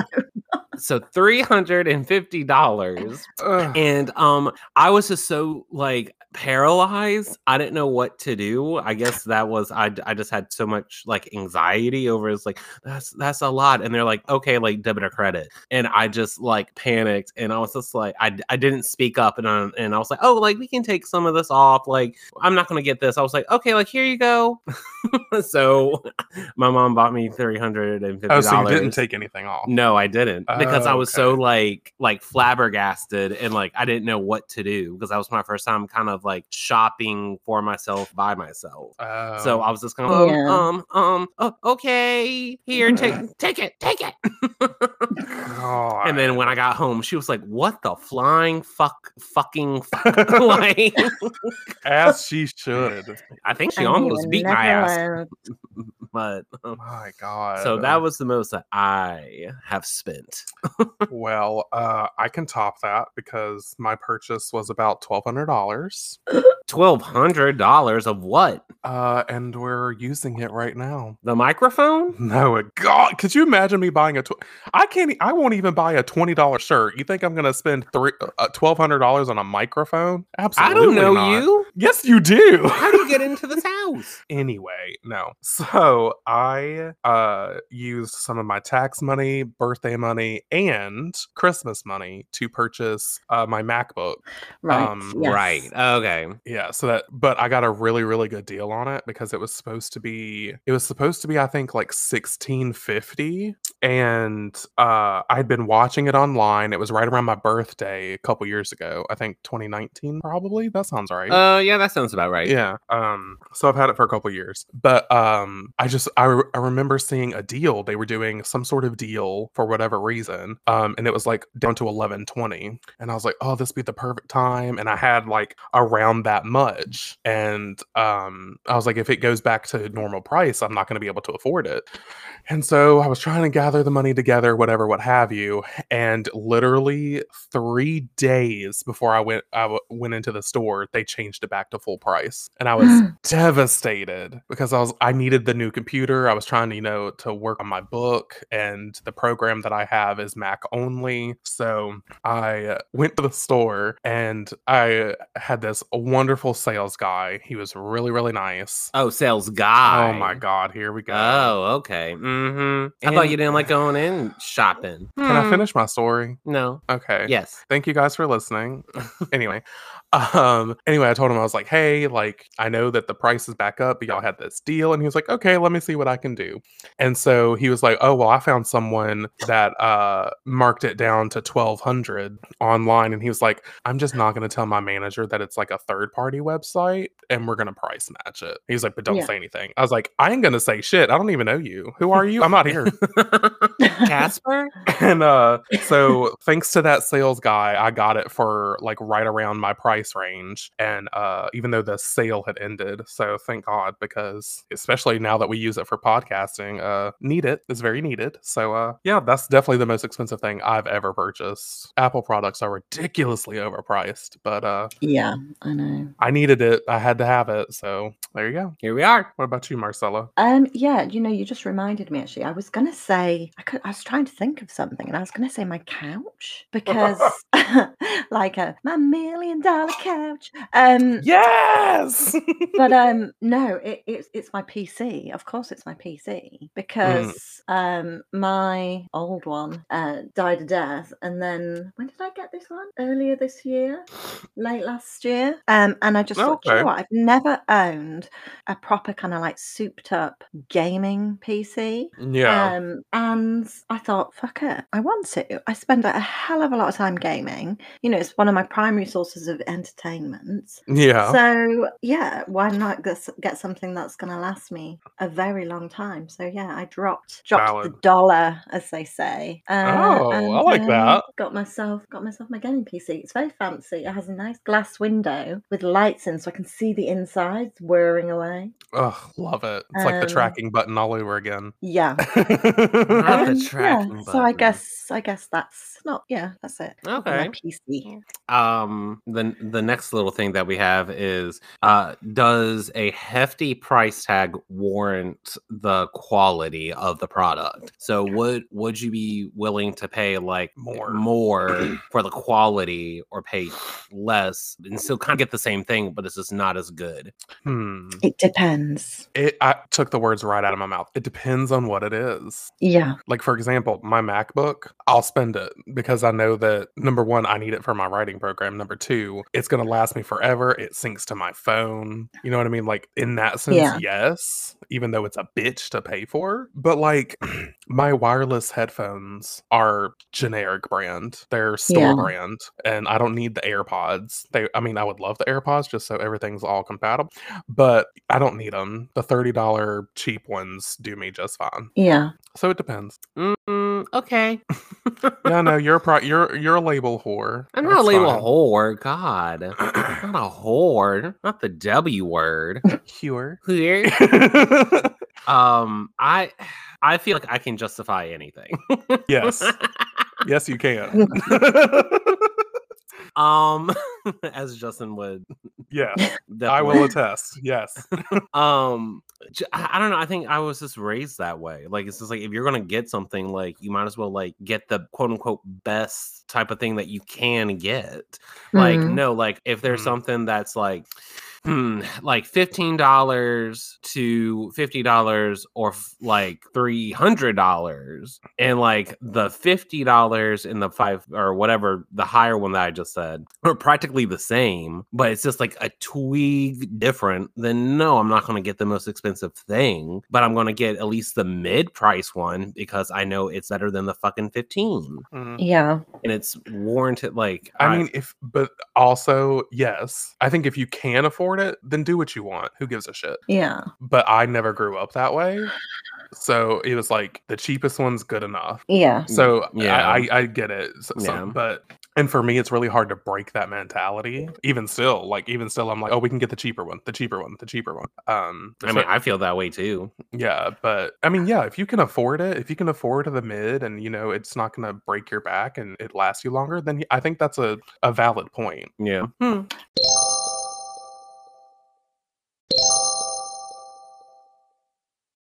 Speaker 1: so three hundred and fifty dollars,
Speaker 3: Ugh.
Speaker 1: and um, I was just so like paralyzed. I didn't know what to do. I guess that was I. I just had so much like anxiety over. It's like that's that's a lot, and they're like, okay, like debit or credit, and I just like panicked, and I was just like, I I didn't speak up, and I, and I was like, oh, like we can take some of this off. Like I'm not gonna get this. I was like, okay, like here you go. so my mom bought me three hundred and fifty
Speaker 3: Oh,
Speaker 1: dollars.
Speaker 3: so you didn't take anything off.
Speaker 1: No, I didn't because I was so
Speaker 3: Oh, Okay.
Speaker 1: like like flabbergasted and like I didn't know what to do because that was my first time kind of like shopping for myself by myself.
Speaker 3: Oh.
Speaker 1: so I was just kind
Speaker 2: Yeah.
Speaker 1: of um um um oh, okay here take take it take it.
Speaker 3: God.
Speaker 1: and then when I got home, she was like, "What the flying fuck fucking fuck?" like
Speaker 3: as she should.
Speaker 1: I think she
Speaker 2: and you
Speaker 1: almost
Speaker 2: were
Speaker 1: beat my
Speaker 2: never
Speaker 1: ass,
Speaker 2: allowed-
Speaker 1: but. um,
Speaker 3: My God.
Speaker 1: so that was the most that I have spent.
Speaker 3: Well, uh, I can top that because my purchase was about twelve hundred dollars,
Speaker 1: Twelve hundred dollars of what?
Speaker 3: uh, and we're using it right now.
Speaker 1: The microphone?
Speaker 3: No, it- God, could you imagine me buying a? Tw- I can't. e- I won't even buy a twenty dollars shirt. You think I'm going to spend three uh, twelve hundred dollars on a microphone?
Speaker 1: I
Speaker 3: Absolutely.
Speaker 1: don't know
Speaker 3: not.
Speaker 1: you.
Speaker 3: Yes, you do.
Speaker 1: How do you get into this house?
Speaker 3: anyway no so i uh used some of my tax money birthday money and christmas money to purchase uh my macbook
Speaker 2: Right.
Speaker 3: Um,
Speaker 2: yes.
Speaker 1: Right. Okay.
Speaker 3: yeah so that but i got a really really good deal on it because it was supposed to be it was supposed to be i think like 1650 and uh, I'd been watching it online. It was right around my birthday a couple years ago. I think 2019, probably. That sounds right.
Speaker 1: Uh, yeah, that sounds about right.
Speaker 3: Yeah. Um. So I've had it for a couple years, but um, I just I, re- I remember seeing a deal. They were doing some sort of deal for whatever reason. Um, and it was like down to eleven twenty, and I was like, oh, this be the perfect time. And I had like around that much, and um, I was like, if it goes back to normal price, I'm not going to be able to afford it. And so I was trying to gather the money together, whatever, what have you. And literally three days before I went, I w- went into the store, they changed it back to full price, and I was
Speaker 1: Mm.
Speaker 3: devastated because I was, I needed the new computer. I was trying to, you know, to work on my book, and the program that I have is Mac only. So I went to the store, and I had this wonderful sales guy. He was really, really nice.
Speaker 1: Oh, sales guy.
Speaker 3: Oh my god, here we go.
Speaker 1: Oh, okay. Mm-hmm. I thought you
Speaker 3: And-
Speaker 1: didn't like going in shopping.
Speaker 3: Can I
Speaker 1: Hmm.
Speaker 3: finish my story?
Speaker 1: No.
Speaker 3: Okay.
Speaker 1: Yes.
Speaker 3: Thank you guys for listening. anyway, um, anyway, I told him I was like, "Hey, like, I know that the price is back up, but y'all had this deal," and he was like, "Okay, let me see what I can do." And so he was like, "Oh, well, I found someone that uh marked it down to twelve hundred online," and he was like, "I'm just not going to tell my manager that it's like a third party website, and we're going to price match it." He was like, "But don't
Speaker 2: Yeah.
Speaker 3: say anything." I was like, "I ain't going to say shit. I don't even know you. Who are you? I'm not here."
Speaker 1: Casper?
Speaker 3: and uh so thanks to that sales guy i got it for like right around my price range and uh even though the sale had ended so thank god because especially now that we use it for podcasting uh need it is very needed so uh yeah that's definitely the most expensive thing i've ever purchased apple products are ridiculously overpriced but uh
Speaker 2: yeah, I know.
Speaker 3: i needed it i had to have it so there you go
Speaker 1: Here we are.
Speaker 3: what about you marcella
Speaker 2: Um, yeah, you know, you just reminded me actually. I was gonna say I could I was trying to think of something and I was gonna say my couch because like a my million dollar couch. Um
Speaker 3: yes
Speaker 2: but um no it, it's it's my pc of course it's my
Speaker 3: Mm.
Speaker 2: pc because um my old one uh died a death and then when did i get this one earlier this year late last year um and i just thought "Do you
Speaker 3: Oh,
Speaker 2: know
Speaker 3: Okay.
Speaker 2: what i've never owned a proper kind of like souped up gaming pc
Speaker 3: yeah
Speaker 2: um, and I thought, fuck it, I want to. I spend a hell of a lot of time gaming. You know, it's one of my primary sources of entertainment.
Speaker 3: yeah
Speaker 2: So yeah, why not get, s- get something that's going to last me a very long time? So yeah, I dropped dropped the
Speaker 3: Valid.
Speaker 2: dollar, as they say. Uh,
Speaker 3: Oh, I like that.
Speaker 2: Got myself got myself my gaming PC. It's very fancy. It has a nice glass window with lights in, so I can see the insides whirring away.
Speaker 3: Ugh, love it. It's like the
Speaker 2: Um,
Speaker 3: tracking button all over again.
Speaker 2: Yeah.
Speaker 1: Not the
Speaker 2: Um,
Speaker 1: tracking
Speaker 2: yeah, so I
Speaker 1: button.
Speaker 2: guess I guess that's not yeah that's it for my
Speaker 1: Okay.
Speaker 2: PC
Speaker 1: Um the the next little thing that we have is uh does a hefty price tag warrant the quality of the product? So would would you be willing to pay like
Speaker 3: More.
Speaker 1: more for the quality or pay less and still kind of get the same thing but it's just not as good?
Speaker 3: hmm.
Speaker 2: it depends
Speaker 3: It I took the words right out of my mouth. It depends on what it is.
Speaker 2: yeah
Speaker 3: Like for example, my MacBook, I'll spend it because I know that number 1 I need it for my writing program, number 2, it's going to last me forever. It syncs to my phone. You know what I mean? Like in that sense,
Speaker 2: Yeah.
Speaker 3: yes, even though it's a bitch to pay for, but like my wireless headphones are generic brand. They're store
Speaker 2: Yeah.
Speaker 3: brand, and I don't need the AirPods. They, I mean, I would love the AirPods just so everything's all compatible, but I don't need them. The thirty dollar cheap ones do me just fine.
Speaker 2: yeah
Speaker 3: So it depends.
Speaker 1: Mm, okay.
Speaker 3: Yeah, no, you're a pro- you're you're a label whore.
Speaker 1: I'm not a
Speaker 3: That's
Speaker 1: label
Speaker 3: fine.
Speaker 1: whore. God, not a whore. Not the W word.
Speaker 3: Cure.
Speaker 1: Here, um, I, I feel like I can justify anything.
Speaker 3: yes, yes, you can.
Speaker 1: um, as Justin would,
Speaker 3: yeah, I
Speaker 1: definitely-
Speaker 3: will attest. Yes.
Speaker 1: um j- i I don't know i think i was just raised that way like it's just like if you're gonna get something like you might as well like get the quote unquote best type of thing that you can get like
Speaker 2: Mhm.
Speaker 1: no like if there's
Speaker 3: Mhm.
Speaker 1: something that's like hmm, like fifteen dollars to fifty dollars, or f- like three hundred dollars, and like the fifty dollars and the five or whatever the higher one that I just said are practically the same, but it's just like a tweak different. Then no, I'm not going to get the most expensive thing, but I'm going to get at least the mid price one because I know it's better than the fucking fifteen,
Speaker 3: Mm.
Speaker 2: Yeah.
Speaker 1: and it's warranted. Like
Speaker 3: I mean, if but also yes, I think if you can afford it, then do what you want. Who gives a shit?
Speaker 2: Yeah.
Speaker 3: But I never grew up that way, so it was like the cheapest one's good enough.
Speaker 2: Yeah.
Speaker 3: So
Speaker 1: Mm, Yeah.
Speaker 3: I, I, I get it. So, so-
Speaker 1: Yeah.
Speaker 3: but and for me, it's really hard to break that mentality. Even still, like even still, I'm like, oh, we can get the cheaper one, the cheaper one, the cheaper one. Um,
Speaker 1: I
Speaker 3: so-
Speaker 1: mean, I feel that way too.
Speaker 3: yeah, but I mean, yeah, if you can afford it, if you can afford the mid, and you know it's not going to break your back and it lasts you longer, then I think that's a a valid point.
Speaker 1: Yeah.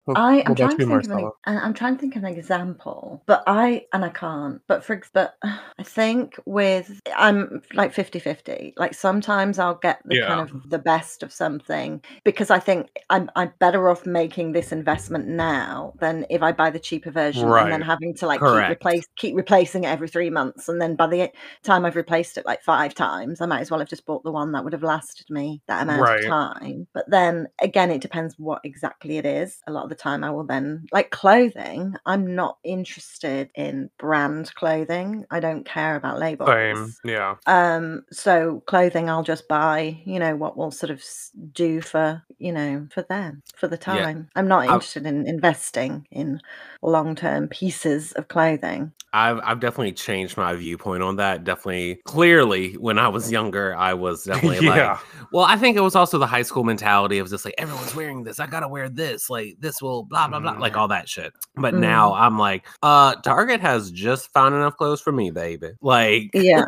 Speaker 3: Wh-
Speaker 2: I
Speaker 3: what
Speaker 2: am
Speaker 3: about
Speaker 2: trying to
Speaker 3: you,
Speaker 2: think of an,
Speaker 3: Marcella?
Speaker 2: and I'm trying to think of an example, but I and I can't. But for ex- but I think with I'm like 50-50. Like sometimes I'll get the
Speaker 3: Yeah.
Speaker 2: kind of the best of something because I think I'm I'm better off making this investment now than if I buy the cheaper version and then
Speaker 3: Right.
Speaker 2: having to like
Speaker 1: Correct.
Speaker 2: keep replace keep replacing it every three months and then by the e, time I've replaced it like five times, I might as well have just bought the one that would have lasted me that amount
Speaker 3: Right.
Speaker 2: of time. But then again, it depends what exactly it is. A lot of the time, I will then, like clothing, I'm not interested in brand clothing. I don't care about labels.
Speaker 3: Same, yeah,
Speaker 2: Um, so clothing, I'll just buy, you know, what will sort of s- do for, you know, for them, for the
Speaker 1: Yeah.
Speaker 2: time. I'm not
Speaker 1: I've-
Speaker 2: interested in investing in long term pieces of clothing.
Speaker 1: I've I've definitely changed my viewpoint on that. Definitely, clearly, when I was younger, I was definitely
Speaker 3: yeah.
Speaker 1: like, well, I think it was also the high school mentality of just like everyone's wearing this, I gotta wear this, like this will blah blah blah, like all that shit. But
Speaker 2: Mm.
Speaker 1: now I'm like, uh, Target has just found enough clothes for me, baby. Like,
Speaker 2: Yeah.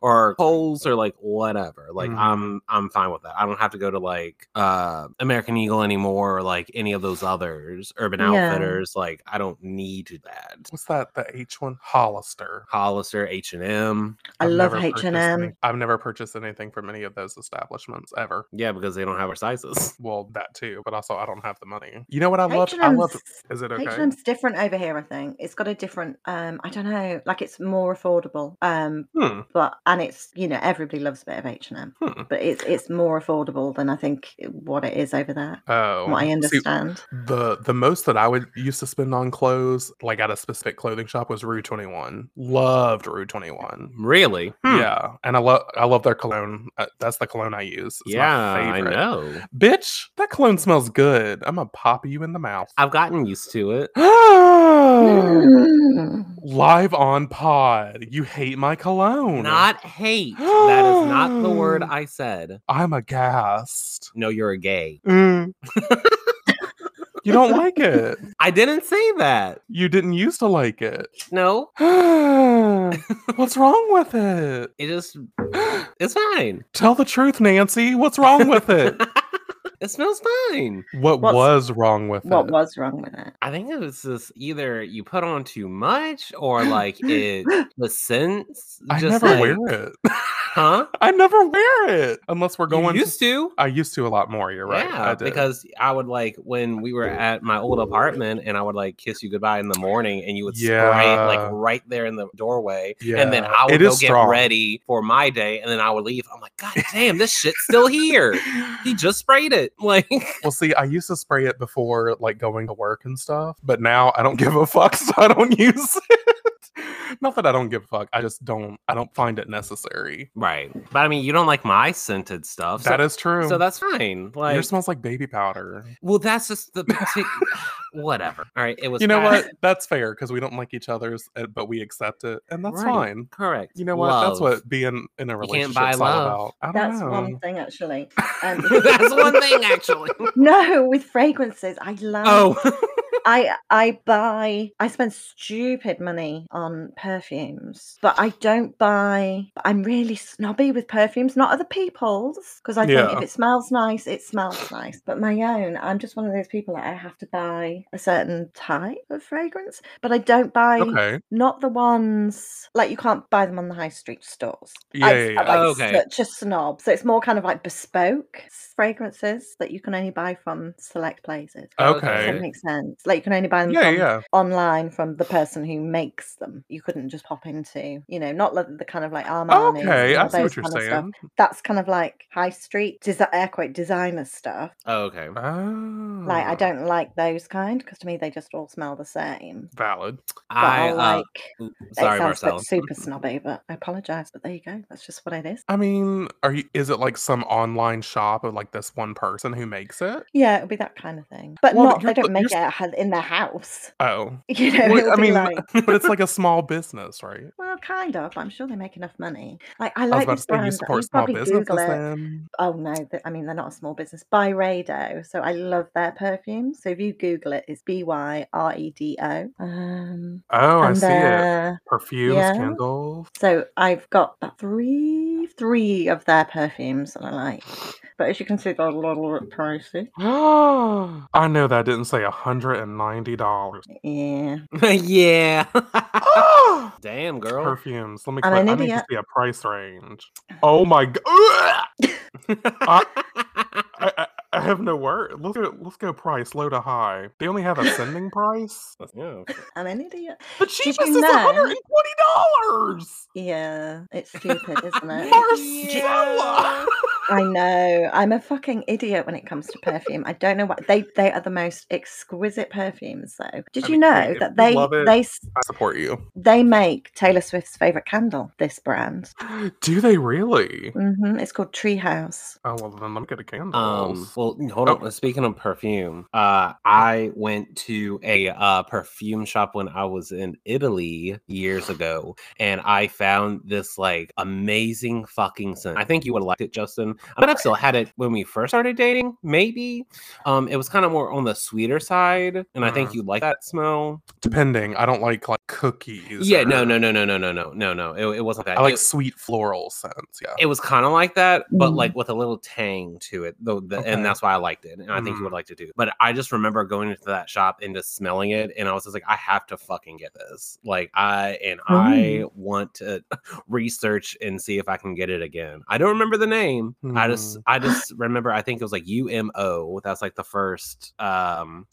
Speaker 1: or Kohl's or like whatever. Like
Speaker 3: Mhm.
Speaker 1: I'm I'm fine with that. I don't have to go to like uh American Eagle anymore or like any of those others, Urban
Speaker 2: Yeah.
Speaker 1: Outfitters. Like I don't need that.
Speaker 3: What's that? The H one Hollister.
Speaker 1: Hollister, H and M.
Speaker 2: I
Speaker 3: I've
Speaker 2: love
Speaker 3: never
Speaker 2: H
Speaker 3: purchased
Speaker 2: and
Speaker 3: any-
Speaker 2: M.
Speaker 3: I've never purchased anything from any of those establishments ever.
Speaker 1: Yeah, because they don't have our sizes.
Speaker 3: Well, that too, but also I don't have the money. You know what I love? I love.
Speaker 2: H&M's
Speaker 3: Is it okay?
Speaker 2: H&M's different over here, I think. It's got a different um I don't know, like it's more affordable. Um
Speaker 3: Hmm.
Speaker 2: but and it's you know everybody loves a bit of H&M,
Speaker 3: Hmm.
Speaker 2: but it's it's more affordable than I think what it is over there.
Speaker 3: Oh,
Speaker 2: From what I
Speaker 3: see,
Speaker 2: understand.
Speaker 3: the the most that I would used to spend on clothes, like at a specific clothing shop, was Rue Twenty One. Loved Rue Twenty One.
Speaker 1: Really? Hmm.
Speaker 3: Yeah, and I love I love their cologne. Uh, that's the cologne I use. It's my
Speaker 1: Yeah, I
Speaker 3: favorite.
Speaker 1: know.
Speaker 3: Bitch, that cologne smells good. I'm gonna pop you in the mouth.
Speaker 1: I've gotten used to it.
Speaker 2: Mm.
Speaker 3: Live on pod. You hate my cologne.
Speaker 1: Not hate. that is not the word I said.
Speaker 3: I'm aghast.
Speaker 1: No, you're a gay.
Speaker 3: Mm. you don't like it.
Speaker 1: I didn't say that.
Speaker 3: You didn't used to like it.
Speaker 1: No,
Speaker 3: What's wrong with it?
Speaker 1: it just it's fine.
Speaker 3: Tell the truth, Nancy. What's wrong with it?
Speaker 1: it smells fine.
Speaker 3: What
Speaker 2: What's-
Speaker 3: was wrong with
Speaker 2: What
Speaker 3: it?
Speaker 2: was wrong with it?
Speaker 1: I think it was just either you put on too much or like it the scents
Speaker 3: I
Speaker 1: just
Speaker 3: never
Speaker 1: like,
Speaker 3: wear it.
Speaker 1: huh?
Speaker 3: I never wear it unless we're going.
Speaker 1: you used to
Speaker 3: I used to a lot more. You're right.
Speaker 1: Yeah,
Speaker 3: I did.
Speaker 1: because I would like when we were at my old apartment and I would like kiss you goodbye in the morning and you would spray it
Speaker 3: Yeah.
Speaker 1: like right there in the doorway.
Speaker 3: yeah.
Speaker 1: And then I would
Speaker 3: It
Speaker 1: go
Speaker 3: is
Speaker 1: get
Speaker 3: strong.
Speaker 1: ready for my day and then I would leave. I'm like, God damn, this shit's still here. He just sprayed it. Like,
Speaker 3: Well, see, I used to spray it before like going to work and stuff, but now I don't give a fuck, so I don't use it. Not that I don't give a fuck. I just don't. I don't find it necessary.
Speaker 1: right. But I mean, you don't like my scented stuff. So,
Speaker 3: that is true.
Speaker 1: so that's fine. Like,
Speaker 3: Yours smells like baby powder.
Speaker 1: well, that's just the partic- whatever. All right. It was
Speaker 3: you know
Speaker 1: past-
Speaker 3: what? That's fair because we don't like each other's, uh, but we accept it, and that's
Speaker 1: Right.
Speaker 3: fine.
Speaker 1: Correct.
Speaker 3: You know what? That's
Speaker 1: Love.
Speaker 3: what being in a
Speaker 1: You can't
Speaker 3: relationship
Speaker 1: buy
Speaker 3: all
Speaker 1: love.
Speaker 3: about. I don't
Speaker 2: That's
Speaker 3: know.
Speaker 2: one thing actually. Um,
Speaker 1: that's one thing, actually.
Speaker 2: no, with fragrances, I love
Speaker 1: Oh,
Speaker 2: I I buy I spend stupid money on perfumes, but I don't buy. I'm really snobby with perfumes, not other people's, because I
Speaker 3: Yeah.
Speaker 2: think if it smells nice, it smells nice. But my own, I'm just one of those people that I have to buy buy a certain type of fragrance, but I don't buy
Speaker 3: Okay.
Speaker 2: not the ones like you can't buy them on the high street stores.
Speaker 3: Yeah,
Speaker 2: I,
Speaker 3: yeah, yeah.
Speaker 2: am like
Speaker 1: Oh, okay.
Speaker 2: such a snob. So it's more kind of like bespoke fragrances that you can only buy from select places. Does
Speaker 3: Okay.
Speaker 2: that make sense? Like you can only buy them
Speaker 3: Yeah,
Speaker 2: from
Speaker 3: yeah.
Speaker 2: online from the person who makes them. You couldn't just pop into, you know, not like the kind of like Armani.
Speaker 3: okay,
Speaker 2: and
Speaker 3: I
Speaker 2: all
Speaker 3: see what
Speaker 2: those
Speaker 3: you're
Speaker 2: kind of stuff.
Speaker 3: saying.
Speaker 2: That's kind of like high street, desi- air quote designer stuff.
Speaker 1: Oh, okay.
Speaker 3: Oh,
Speaker 2: Like I don't like those kind because to me they just all smell the same.
Speaker 3: valid.
Speaker 2: But
Speaker 1: I
Speaker 2: will
Speaker 1: uh,
Speaker 2: like
Speaker 1: sorry,
Speaker 2: it sounds
Speaker 1: Marcel.
Speaker 2: like super snobby, but I apologize. But there you go. That's just what it is.
Speaker 3: I mean, are you? Is it like some online shop of like this one person who makes it?
Speaker 2: Yeah, it'll be that kind of thing. But
Speaker 3: Well,
Speaker 2: not
Speaker 3: you're-
Speaker 2: they don't make
Speaker 3: you're-
Speaker 2: it ha- in their house.
Speaker 3: Oh,
Speaker 2: You know,
Speaker 3: Well,
Speaker 2: it'll
Speaker 3: I
Speaker 2: be
Speaker 3: mean,
Speaker 2: like
Speaker 3: but it's like a small business, right?
Speaker 2: well, kind of. I'm sure they make enough money. Like I
Speaker 3: I was
Speaker 2: like
Speaker 3: about to
Speaker 2: this
Speaker 3: say
Speaker 2: brand.
Speaker 3: you
Speaker 2: You
Speaker 3: support small
Speaker 2: probably
Speaker 3: businesses.
Speaker 2: Google it.
Speaker 3: Then
Speaker 2: Oh no, th- I mean they're not a small business. Byredo. So I love their perfume. So if you Google it, it's B Y R E D O. Um,
Speaker 3: oh, I
Speaker 2: and
Speaker 3: see it.
Speaker 2: their-
Speaker 3: Perfumes,
Speaker 2: yeah.
Speaker 3: candles.
Speaker 2: So I've got about three, three of their perfumes that I like. But as you can see, they're a little bit pricey.
Speaker 3: I know that didn't say hundred and ninety dollars.
Speaker 2: Yeah.
Speaker 1: yeah. Damn, girl.
Speaker 3: Perfumes. Let me.
Speaker 2: uh, I'm
Speaker 3: Click.
Speaker 2: an
Speaker 3: I need to
Speaker 2: idiot.
Speaker 3: see a price range. Oh my god. I, I, I have no word. Let's go. Let's go. Price low to high. They only have a sending price.
Speaker 1: Yeah.
Speaker 2: I'm an idiot.
Speaker 3: The
Speaker 2: you
Speaker 3: cheapest is one
Speaker 2: know-
Speaker 3: hundred and twenty dollars.
Speaker 2: Yeah. It's stupid, isn't it?
Speaker 3: Marcella.
Speaker 2: I know. I'm a fucking idiot when it comes to perfume. I don't know what they they are the most exquisite perfumes though. Did
Speaker 3: I
Speaker 2: you
Speaker 3: mean, hey,
Speaker 2: know
Speaker 3: if
Speaker 2: that
Speaker 3: you
Speaker 2: they
Speaker 3: love it-
Speaker 2: they s-
Speaker 3: I support you.
Speaker 2: they make Taylor Swift's favorite candle, this brand.
Speaker 3: Do they really?
Speaker 2: hmm It's called Treehouse.
Speaker 3: Oh well, then let me get a candle.
Speaker 1: Um, well, n- hold on. Speaking of perfume, uh, I went to a uh, perfume shop when I was in Italy years ago, and I found this like amazing fucking scent. I think you would have liked it, Justin. I might have still had it when we first started dating, maybe. Um, it was kind of more on the sweeter side, and I think
Speaker 3: Mhm.
Speaker 1: you like that smell.
Speaker 3: Depending, I don't like like cookies.
Speaker 1: Yeah, no,
Speaker 3: or-
Speaker 1: no, no, no, no, no, no, no, no. It, it wasn't that.
Speaker 3: I like
Speaker 1: It-
Speaker 3: sweet floral scents. Yeah.
Speaker 1: it was kind of like that, but
Speaker 2: Mm.
Speaker 1: like with a little tang to it. Though, the,
Speaker 3: Okay.
Speaker 1: and that's why I liked it, and I think you would like to do. But I just remember going into that shop and just smelling it, and I was just like, I have to fucking get this. Like I and I want to research and see if I can get it again. I don't remember the name. I just
Speaker 3: Mm.
Speaker 1: I just remember. I think it was like UMO. That's like the first. um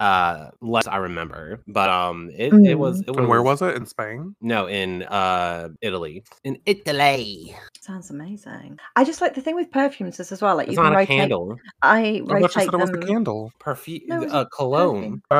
Speaker 1: uh less I remember. But um it, it was it was
Speaker 3: and where was it in Spain?
Speaker 1: no in uh Italy. In Italy.
Speaker 2: Sounds amazing. I just like the thing with perfumes is as well. Like
Speaker 1: It's
Speaker 2: you
Speaker 1: not
Speaker 2: can
Speaker 1: a
Speaker 2: rotate.
Speaker 1: candle.
Speaker 2: I
Speaker 3: I thought you
Speaker 2: rotate
Speaker 3: said it was the
Speaker 2: them.
Speaker 3: candle.
Speaker 1: perfume,
Speaker 2: No, it's
Speaker 1: uh, cologne.
Speaker 3: Oh,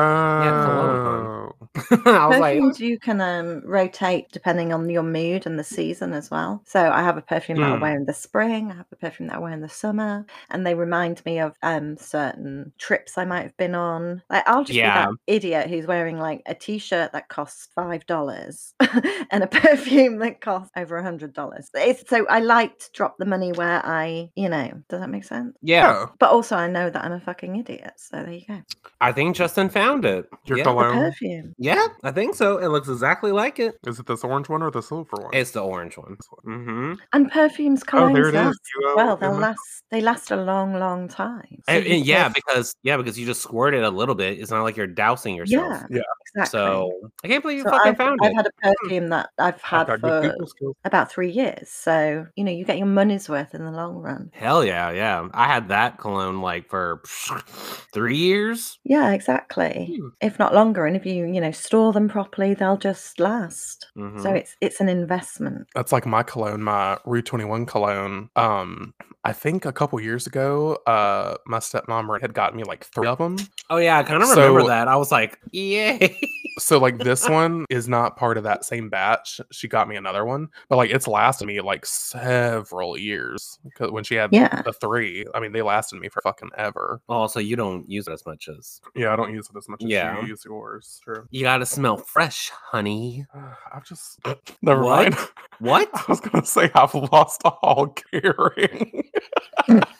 Speaker 1: cologne I was like,
Speaker 2: Perfumes you can um, rotate depending on your mood and the season as well. So I have a perfume that I
Speaker 3: Hmm.
Speaker 2: wear in the spring. I have a perfume that I wear in the summer, and they remind me of um, certain trips I might have been on. Like I'll just
Speaker 1: Yeah.
Speaker 2: be that idiot who's wearing like a t-shirt that costs five dollars and a perfume that costs over a hundred dollars. It's So I like to drop the money where I, you know, does that make sense?
Speaker 1: yeah,
Speaker 3: yeah,
Speaker 2: But also I know that I'm a fucking idiot. So there you go.
Speaker 1: I think Justin found it.
Speaker 3: your
Speaker 1: yeah.
Speaker 2: The
Speaker 3: cologne.
Speaker 2: perfume.
Speaker 1: yeah, I think so. It looks exactly like it.
Speaker 3: Is it this orange one or the silver one?
Speaker 1: It's the orange one. Mm-hmm.
Speaker 2: And perfumes
Speaker 3: oh,
Speaker 2: colognes
Speaker 3: there it is.
Speaker 2: last
Speaker 3: UO
Speaker 2: Well, they'll
Speaker 3: in the-
Speaker 2: last. They last a long, long time. So
Speaker 1: And,
Speaker 2: you
Speaker 1: and yeah,
Speaker 2: could-
Speaker 1: because yeah, because you just squirt it a little bit. It's not like you're dousing yourself.
Speaker 2: yeah,
Speaker 3: Yeah.
Speaker 2: exactly.
Speaker 1: So I can't believe you
Speaker 2: So
Speaker 1: fucking
Speaker 2: I've,
Speaker 1: found
Speaker 2: I've
Speaker 1: it. Hmm.
Speaker 2: had a perfume that I've
Speaker 3: I've
Speaker 2: had
Speaker 3: got good
Speaker 2: for
Speaker 3: Google skills.
Speaker 2: about three years. So you know, you get your money's worth in the long run.
Speaker 1: Hell yeah, yeah. I had that cologne like for three years.
Speaker 2: Yeah, exactly.
Speaker 3: Hmm.
Speaker 2: If not longer, and if you you know store them properly, they'll just last.
Speaker 1: Mhm.
Speaker 2: So it's it's an investment.
Speaker 3: that's like my cologne, my Rue 21 cologne. Um, I think a couple years ago, uh, my stepmom had gotten me like three of them.
Speaker 1: oh yeah, I kind of remember
Speaker 3: So-
Speaker 1: that. I was like, yay.
Speaker 3: So like this one is not part of that same batch. She got me another one, but like it's lasted me like several years 'cause when she had
Speaker 2: Yeah.
Speaker 3: the three. I mean, they lasted me for fucking ever.
Speaker 1: also, Oh, you don't use it as much as
Speaker 3: Yeah, I don't use it as much as
Speaker 1: Yeah.
Speaker 3: you use yours. True.
Speaker 1: you gotta smell fresh, honey.
Speaker 3: I've just never mind.
Speaker 1: What?
Speaker 3: I was gonna say I've lost all caring.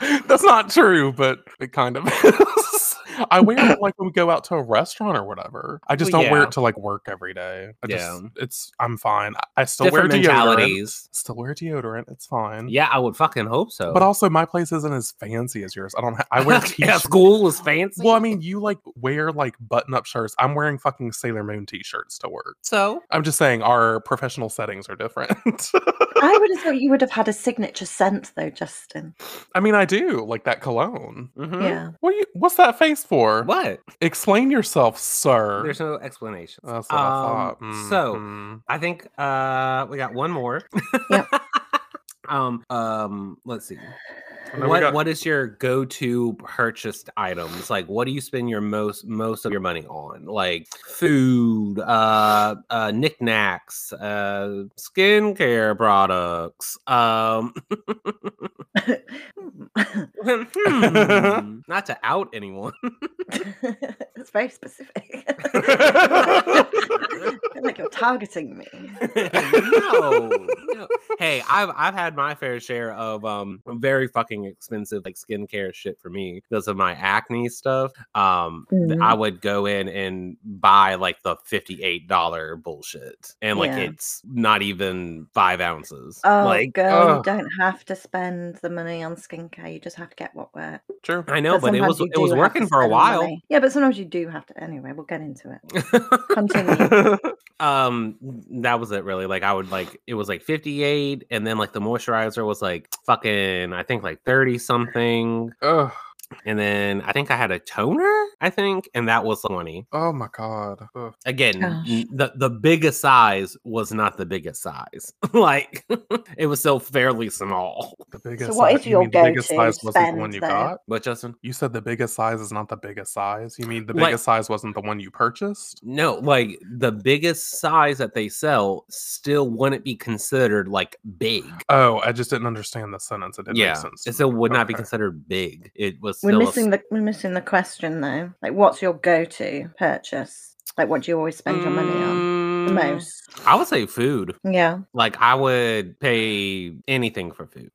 Speaker 3: That's That's not true, but it kind of is. I wear it like when we go out to a restaurant or whatever. I just
Speaker 1: Well,
Speaker 3: don't wear
Speaker 1: yeah.
Speaker 3: it to like work every day. I just
Speaker 1: Yeah.
Speaker 3: it's I'm fine. I- I still
Speaker 1: Different
Speaker 3: wear deodorant.
Speaker 1: mentalities.
Speaker 3: Still wear deodorant. It's fine.
Speaker 1: Yeah, I would fucking hope so.
Speaker 3: But also my place isn't as fancy as yours. I don't ha- I wear
Speaker 1: yeah,
Speaker 3: t-shirts.
Speaker 1: school is fancy.
Speaker 3: Well, I mean, you like wear like button-up shirts. I'm wearing fucking Sailor Moon t-shirts to work.
Speaker 1: so
Speaker 3: I'm just saying our professional settings are different.
Speaker 2: I would have thought you would have had a signature scent though, Justin.
Speaker 3: I mean, I do like that cologne.
Speaker 1: mhm.
Speaker 2: Yeah.
Speaker 3: What are you? What's that face for?
Speaker 1: What?
Speaker 3: Explain yourself, sir.
Speaker 1: There's no explanation. Um,
Speaker 3: That's what I thought.
Speaker 1: So
Speaker 3: Mhm.
Speaker 1: I think uh we got one more.
Speaker 2: Yep.
Speaker 1: um um let's see.
Speaker 3: And then we
Speaker 1: What
Speaker 3: got-
Speaker 1: what is your go-to purchased items? Like what do you spend your most most of your money on? Like food, uh uh knickknacks, uh skincare products. Um hmm, not to out anyone.
Speaker 2: it's very specific. like you're targeting me.
Speaker 1: no, no. Hey, I've I've had my fair share of um very fucking expensive like skincare shit for me because of my acne stuff. Um th-
Speaker 2: Mm-hmm.
Speaker 1: I would go in and buy like the fifty-eight dollar bullshit. And like
Speaker 2: Yeah.
Speaker 1: it's not even five ounces.
Speaker 2: Oh,
Speaker 1: like
Speaker 2: girl,
Speaker 3: ugh.
Speaker 2: you don't have to spend the money on skincare. You just have to get what works.
Speaker 3: True.
Speaker 1: I know, but it
Speaker 2: sometimes
Speaker 1: was
Speaker 2: you
Speaker 1: it was
Speaker 2: do have
Speaker 1: working
Speaker 2: to
Speaker 1: for a
Speaker 2: spend the
Speaker 1: while.
Speaker 2: money. Yeah, but sometimes you do have to. Anyway, we'll get into it. Continue.
Speaker 1: um that was it really like i would like it was like 58 and then like the moisturizer was like fucking i think like 30 something
Speaker 3: Ugh.
Speaker 1: and then i think i had a toner i think and that was 20
Speaker 3: oh my god. Ugh.
Speaker 1: again
Speaker 2: Gosh.
Speaker 1: n- the the biggest size was not the biggest size like it was still fairly small
Speaker 3: The biggest.
Speaker 2: what
Speaker 3: size-
Speaker 2: is
Speaker 3: you
Speaker 2: your
Speaker 3: mean the biggest
Speaker 2: go-to
Speaker 3: size wasn't the one
Speaker 2: spend
Speaker 3: you
Speaker 2: then?
Speaker 3: got.
Speaker 1: but justin
Speaker 3: You said the biggest size is not the biggest size. You mean the
Speaker 1: Like-
Speaker 3: biggest size wasn't the one you purchased?
Speaker 1: no like the biggest size that they sell still wouldn't be considered like big
Speaker 3: Oh, I just didn't understand the sentence. It didn't
Speaker 1: yeah
Speaker 3: make sense. to
Speaker 1: it
Speaker 3: me.
Speaker 1: still would not be
Speaker 3: Okay.
Speaker 1: considered big it was
Speaker 2: we're
Speaker 1: still a s-
Speaker 2: missing the we're missing the question though. Like, what's your go-to purchase? Like, what do you always spend your money on? The
Speaker 1: Mm,
Speaker 2: most.
Speaker 1: I would say food.
Speaker 2: Yeah.
Speaker 1: Like I would pay anything for food.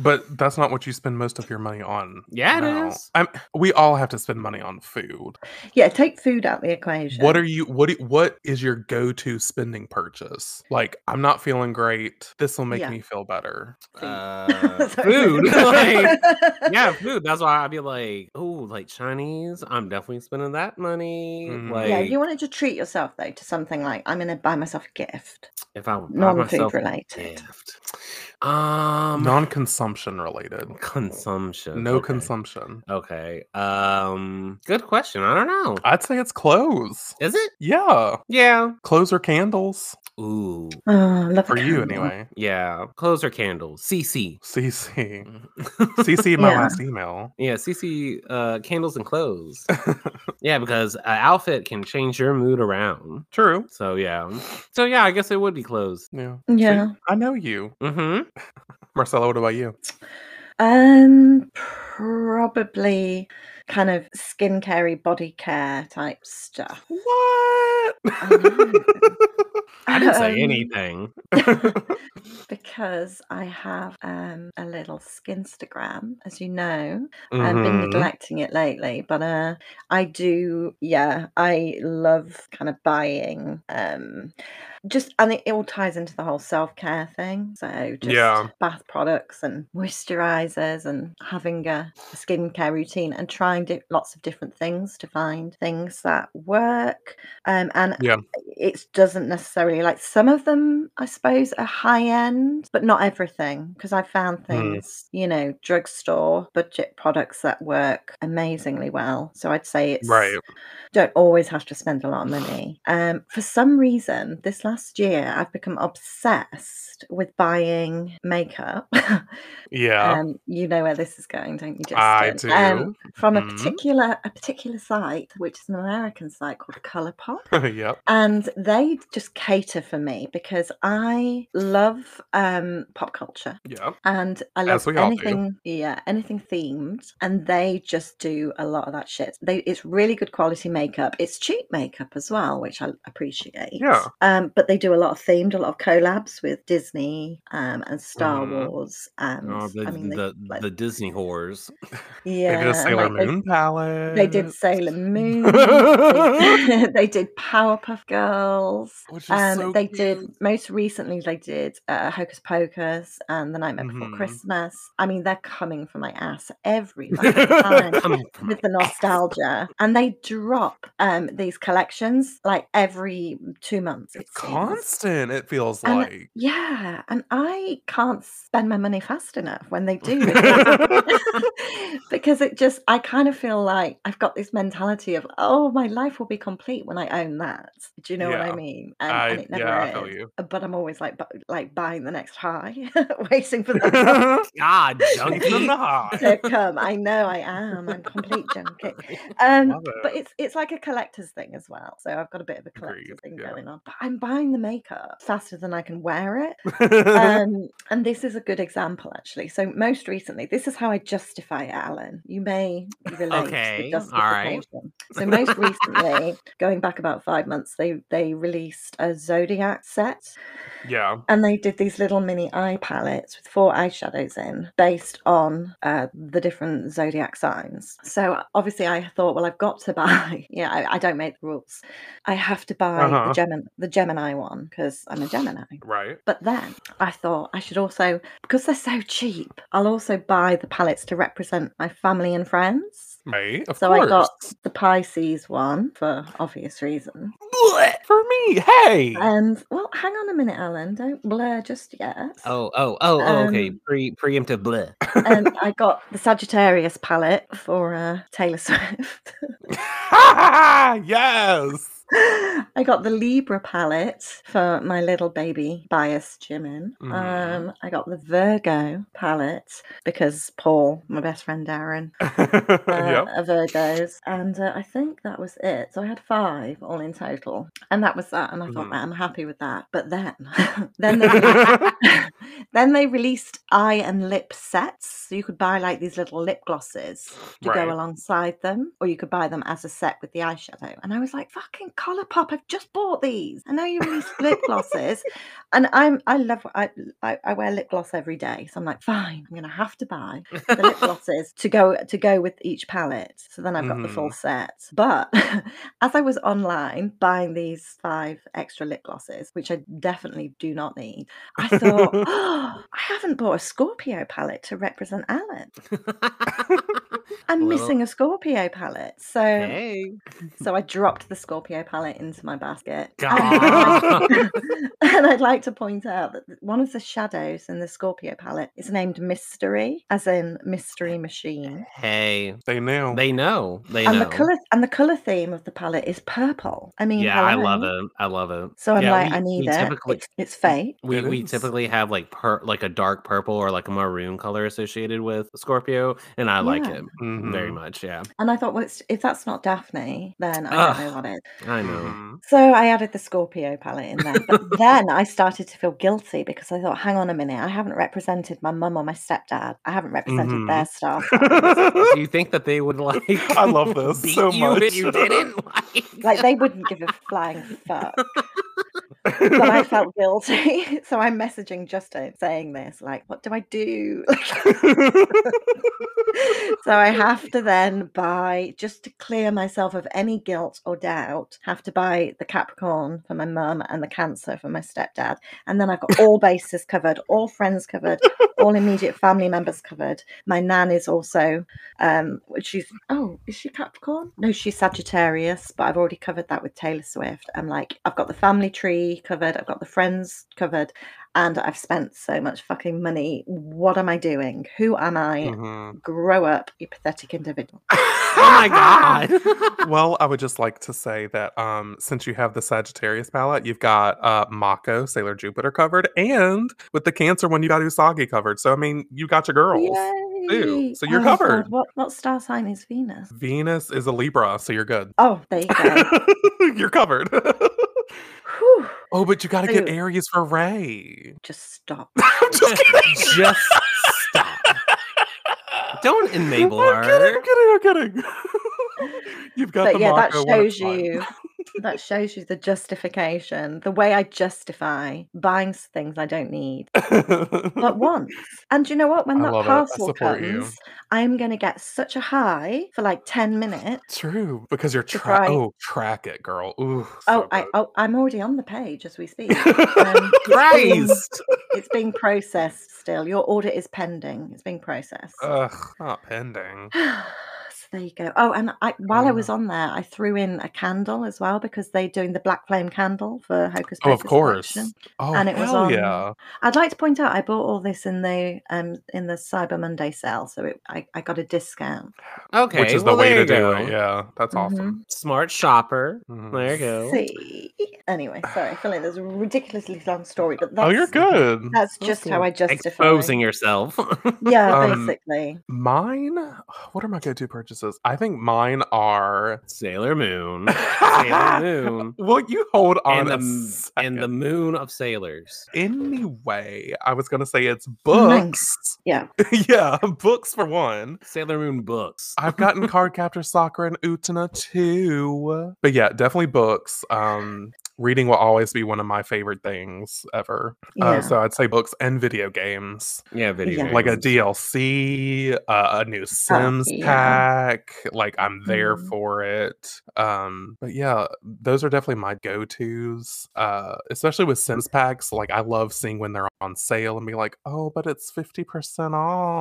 Speaker 3: But that's not what you spend most of your money on.
Speaker 1: yeah,
Speaker 3: now.
Speaker 1: it is.
Speaker 3: I'm, we all have to spend money on food.
Speaker 2: Yeah, take food out the equation.
Speaker 3: What are you? What? do- What is your go-to spending purchase? Like, I'm not feeling great. This will make
Speaker 2: Yeah.
Speaker 3: me feel better.
Speaker 1: Uh,
Speaker 2: Sorry.
Speaker 1: food. like, yeah, food. That's why I'd be like, oh, like Chinese. I'm definitely spending that money.
Speaker 3: Mhm.
Speaker 1: Like,
Speaker 2: yeah, if you wanted to treat yourself though to something like I'm gonna buy myself a gift,
Speaker 1: if I would buy
Speaker 2: non-food
Speaker 1: myself a
Speaker 2: related.
Speaker 1: gift. Um,
Speaker 3: Non-consumption related.
Speaker 1: consumption.
Speaker 3: No
Speaker 1: okay.
Speaker 3: consumption.
Speaker 1: Okay. Um, good question. I don't know.
Speaker 3: I'd say it's clothes.
Speaker 1: Is it?
Speaker 3: Yeah,
Speaker 1: Yeah.
Speaker 3: clothes or candles
Speaker 1: Ooh.
Speaker 2: Oh, I love a
Speaker 3: for you
Speaker 2: candle.
Speaker 3: anyway.
Speaker 1: Yeah. Clothes or candles? CC.
Speaker 3: CC, CC, in my
Speaker 2: Mm. Yeah.
Speaker 3: last email.
Speaker 1: Yeah, CC uh, candles and clothes. yeah, because an outfit can change your mood around.
Speaker 3: True.
Speaker 1: So yeah, so yeah, I guess it would be clothes.
Speaker 3: Yeah. See,
Speaker 2: Yeah.
Speaker 3: I know you,
Speaker 1: Mm-hmm.
Speaker 3: Marcella. What about you?
Speaker 2: Um, probably kind of skincare, body care type stuff.
Speaker 3: What?
Speaker 1: I didn't say
Speaker 2: Um,
Speaker 1: anything.
Speaker 2: because I have um, a little skinstagram, as you know. I've been
Speaker 3: Mhm.
Speaker 2: neglecting it lately, but uh, I do. Yeah, I love kind of buying. Um, just and it, it all ties into the whole self care thing. So just
Speaker 3: Yeah.
Speaker 2: bath products and moisturizers and having a skincare routine and trying di- lots of different things to find things that work. Um, and
Speaker 3: Yeah.
Speaker 2: it doesn't necessarily like some of them, I suppose, are high end, but not everything. Because I
Speaker 3: Mm.
Speaker 2: found things, you know, drugstore budget products that work amazingly well. So I'd say it's
Speaker 3: Right.
Speaker 2: don't always have to spend a lot of money. Um, for some reason, this last year, I've become obsessed with buying makeup.
Speaker 3: Yeah.
Speaker 2: um, you know where this is going, don't don't you, Justin?
Speaker 3: I
Speaker 2: Um,
Speaker 3: do.
Speaker 2: from a
Speaker 3: Mhm.
Speaker 2: particular a particular site, which is an American site called Colourpop.
Speaker 3: yep.
Speaker 2: and they just cater for me because I love um, pop culture
Speaker 3: Yep.
Speaker 2: and I love
Speaker 3: As we all do.
Speaker 2: anything, yeah, anything themed. And they just do a lot of that shit. They, it's really good quality makeup. It's cheap makeup as well, which I appreciate.
Speaker 3: Yeah.
Speaker 2: Um, but they do a lot of themed, a lot of collabs with Disney um, and Star
Speaker 3: Mhm.
Speaker 2: Wars. And
Speaker 1: Oh, the,
Speaker 2: I mean, they,
Speaker 1: the,
Speaker 2: like-
Speaker 1: the Disney whores.
Speaker 2: yeah,
Speaker 3: they did a
Speaker 2: and,
Speaker 3: Sailor
Speaker 2: like, they-
Speaker 3: Moon palette.
Speaker 2: They, did Sailor Moon. they, they did Powerpuff Girls.
Speaker 3: Which is
Speaker 2: Um,
Speaker 3: so
Speaker 2: they
Speaker 3: cute.
Speaker 2: did most recently. They did uh, Hocus Pocus and The Nightmare
Speaker 3: Mhm.
Speaker 2: Before Christmas. I mean, they're coming for my ass every fucking time
Speaker 1: Coming from
Speaker 2: with the nostalgia, and they drop um, these collections like every two months.
Speaker 3: It's
Speaker 2: it seems.
Speaker 3: constant. It feels
Speaker 2: And-
Speaker 3: like.
Speaker 2: Yeah, and I can't spend my money fast enough when they do it. because it just I kind of feel like I've got this mentality of oh my life will be complete when I own that. Do you know what
Speaker 3: Yeah.
Speaker 2: I mean? And,
Speaker 3: I,
Speaker 2: and it never
Speaker 3: yeah, I
Speaker 2: is.
Speaker 3: feel you.
Speaker 2: But I'm always like bu- like buying the next high, waiting for that
Speaker 3: Junkies
Speaker 1: God,
Speaker 3: in
Speaker 1: junkie.
Speaker 3: the high.
Speaker 2: to come. I know I am. I'm complete junkie. Um,
Speaker 3: Love
Speaker 2: but
Speaker 3: it.
Speaker 2: it's it's like a collector's thing as well. So I've got a bit of a collector's
Speaker 3: Agreed,
Speaker 2: thing
Speaker 3: yeah.
Speaker 2: going on. But I'm buying the makeup faster than I can wear it
Speaker 3: Uh-huh.
Speaker 2: um, and this is a good example, actually. So, most recently, this is how I justify it, Alan. You may relate
Speaker 1: Okay,
Speaker 2: to
Speaker 1: all right.
Speaker 2: justification. So, most recently, going back about five months, they they released a Zodiac set,
Speaker 3: yeah.
Speaker 2: and they did these little mini eye palettes with four eyeshadows in, based on uh, the different Zodiac signs. So, obviously, I thought, well, I've got to buy. yeah, I, I don't make the rules. I have to buy
Speaker 3: Uh-huh.
Speaker 2: the, Gemini, the Gemini one because I'm a Gemini.
Speaker 3: Right.
Speaker 2: But then I thought I should also, because they're so cheap, I'll also buy the palettes to represent my family and friends.
Speaker 3: Right. Of
Speaker 2: so
Speaker 3: course.
Speaker 2: I got the Pisces one for obvious reasons.
Speaker 3: Blech, for me. Hey.
Speaker 2: And well, hang on a minute, Alan. Don't blur just yet.
Speaker 1: Oh, oh, oh, oh, okay.
Speaker 2: Um,
Speaker 1: Pre preemptive bleh.
Speaker 2: And I got the Sagittarius palette for uh, Taylor Swift.
Speaker 3: yes.
Speaker 2: I got the Libra palette for my little baby bias Jimin.
Speaker 3: Mhm.
Speaker 2: Um, I got the Virgo palette because Paul, my best friend Darren, uh,
Speaker 3: yep.
Speaker 2: a Virgos, and uh, I think that was it. So I had five all in total, and that was that. And I thought,
Speaker 3: Mhm.
Speaker 2: right, I'm happy with that. But then, then they, then they released eye and lip sets, so you could buy like these little lip glosses to
Speaker 3: Right.
Speaker 2: go alongside them, or you could buy them as a set with the eyeshadow. And I was like, fucking Colourpop, I've just bought these, and now you released lip glosses, and I'm I love I, I I wear lip gloss every day, so I'm like, fine, I'm gonna have to buy the lip glosses to go to go with each palette. So then I've got the full set. But as I was online buying these five extra lip glosses, which I definitely do not need, I thought, oh, I haven't bought a Scorpio palette to represent Alan. I'm
Speaker 1: Well-
Speaker 2: missing a Scorpio palette. So
Speaker 1: hey.
Speaker 2: so I dropped the Scorpio palette into my basket.
Speaker 1: God.
Speaker 2: And, and I'd like to point out that th- one of the shadows in the Scorpio palette is named Mystery, as in Mystery Machine.
Speaker 1: Hey.
Speaker 3: They knew.
Speaker 1: They know. They
Speaker 2: And
Speaker 1: know.
Speaker 2: the color and the color theme of the palette is purple. I mean,
Speaker 1: yeah, I love
Speaker 2: hello.
Speaker 1: it. I love it.
Speaker 2: So I'm
Speaker 1: Yeah,
Speaker 2: like,
Speaker 1: we-
Speaker 2: I need
Speaker 1: we
Speaker 2: it.
Speaker 1: typically-
Speaker 2: It's, it's fate.
Speaker 1: We,
Speaker 3: It
Speaker 1: we
Speaker 3: is.
Speaker 1: typically have like per like a dark purple or like a maroon color associated with Scorpio, and I like
Speaker 2: Yeah.
Speaker 1: it
Speaker 3: Mhm.
Speaker 1: very much. Yeah,
Speaker 2: And I thought, well, it's, if that's not Daphne, then I don't know
Speaker 1: Ugh.
Speaker 2: what is.
Speaker 1: I know.
Speaker 3: Mhm.
Speaker 2: So I added the Scorpio palette in there. But then I started to feel guilty because I thought, hang on a minute, I haven't represented my mum or my stepdad. I haven't represented
Speaker 3: Mhm.
Speaker 2: their star signs.
Speaker 1: Do you think that they would like?
Speaker 3: I love this
Speaker 1: beat
Speaker 3: so
Speaker 1: you
Speaker 3: much.
Speaker 1: if you didn't like.
Speaker 2: like they wouldn't give a flying fuck. But I felt guilty. So I'm messaging Justin saying this, like, what do I do? so I have to then buy, just to clear myself of any guilt or doubt, have to buy the Capricorn for my mum and the Cancer for my stepdad. And then I've got all bases covered, all friends covered, all immediate family members covered. My nan is also, um, she's, oh, is she Capricorn? No, she's Sagittarius, but I've already covered that with Taylor Swift. I'm like, I've got the family tree covered, I've got the friends covered. And I've spent so much fucking money. What am I doing? Who am I?
Speaker 3: Mhm.
Speaker 2: grow up, you pathetic individual.
Speaker 1: oh my god.
Speaker 3: Well, I would just like to say that um, since you have the Sagittarius palette, you've got uh, Mako, Sailor Jupiter covered, and with the Cancer one, you got Usagi covered. So, I mean, you got your girls. too. So you're
Speaker 2: Oh, God,
Speaker 3: covered.
Speaker 2: What, what star sign is Venus?
Speaker 3: Venus is a Libra, so you're good.
Speaker 2: Oh, there you go.
Speaker 3: you're covered.
Speaker 2: Whew.
Speaker 3: oh, but you got to get
Speaker 2: Dude.
Speaker 3: Aries for Ray.
Speaker 2: Just stop.
Speaker 3: I'm just kidding.
Speaker 1: Just stop. Don't enable her.
Speaker 3: I'm kidding. I'm kidding. I'm kidding. You've got
Speaker 2: But
Speaker 3: the
Speaker 2: yeah, that
Speaker 3: Mako one, it's
Speaker 2: shows
Speaker 3: fine.
Speaker 2: you. That shows you the justification, the way I justify buying s- things I don't need, but want. And you know what? When
Speaker 3: I
Speaker 2: that
Speaker 3: love it. I
Speaker 2: parcel
Speaker 3: support you.
Speaker 2: comes, I'm going to get such a high for like 10 minutes.
Speaker 3: True, because you're
Speaker 2: That's
Speaker 3: tra-
Speaker 2: right.
Speaker 3: oh track it, girl. Ooh,
Speaker 2: Oh,
Speaker 3: so
Speaker 2: I,
Speaker 3: good.
Speaker 2: oh, I'm already on the page as we speak. Um,
Speaker 1: Christ.
Speaker 2: it's being processed still. Your order is pending. It's being processed.
Speaker 3: Ugh, not pending.
Speaker 2: so there you go. Oh, and I, while I was on there, I threw in a candle as well because they're doing the black flame candle for Hocus Pocus.
Speaker 3: Oh, of course.
Speaker 2: collection.
Speaker 3: Oh,
Speaker 2: And it was
Speaker 3: hell
Speaker 2: on-
Speaker 3: yeah.
Speaker 2: I'd like to point out I bought all this in the um in the Cyber Monday sale, so it, I I got a discount.
Speaker 1: Okay,
Speaker 3: Which is
Speaker 1: well,
Speaker 3: the way
Speaker 1: there
Speaker 3: to
Speaker 1: you
Speaker 3: do
Speaker 1: go.
Speaker 3: it. Yeah, that's
Speaker 2: Mm-hmm.
Speaker 3: awesome.
Speaker 1: Smart shopper.
Speaker 3: Mhm.
Speaker 1: There you go.
Speaker 2: See, anyway, sorry, I feel like there's a ridiculously long story, but that's
Speaker 3: Oh, you're good.
Speaker 2: That's
Speaker 1: That's
Speaker 2: just how
Speaker 1: good.
Speaker 2: I justify
Speaker 1: Exposing yourself.
Speaker 2: Yeah,
Speaker 3: Um,
Speaker 2: basically.
Speaker 3: Mine, what are my go-to purchases? I think mine are.
Speaker 1: Sailor Moon. Sailor Moon.
Speaker 3: Will you hold
Speaker 1: And
Speaker 3: on a
Speaker 1: the, and the
Speaker 3: second?
Speaker 1: moon of sailors.
Speaker 3: Anyway, I was gonna say it's books.
Speaker 2: Yeah.
Speaker 3: yeah, books for one.
Speaker 1: Sailor Moon books.
Speaker 3: I've gotten card capture soccer and Utana too. But yeah, definitely books. Um reading will always be one of my favorite things ever.
Speaker 2: Yeah.
Speaker 3: Uh, so I'd say books and video games.
Speaker 1: Yeah, video.
Speaker 2: Yeah.
Speaker 3: Like a
Speaker 1: games.
Speaker 3: DLC, uh, a new Sims
Speaker 2: Oh, yeah.
Speaker 3: pack. Like I'm there
Speaker 2: Mhm.
Speaker 3: for it. Um, but yeah, those are definitely my go-tos. Uh, especially with Sims packs. Like I love seeing when they're on sale and be like, oh, but it's 50%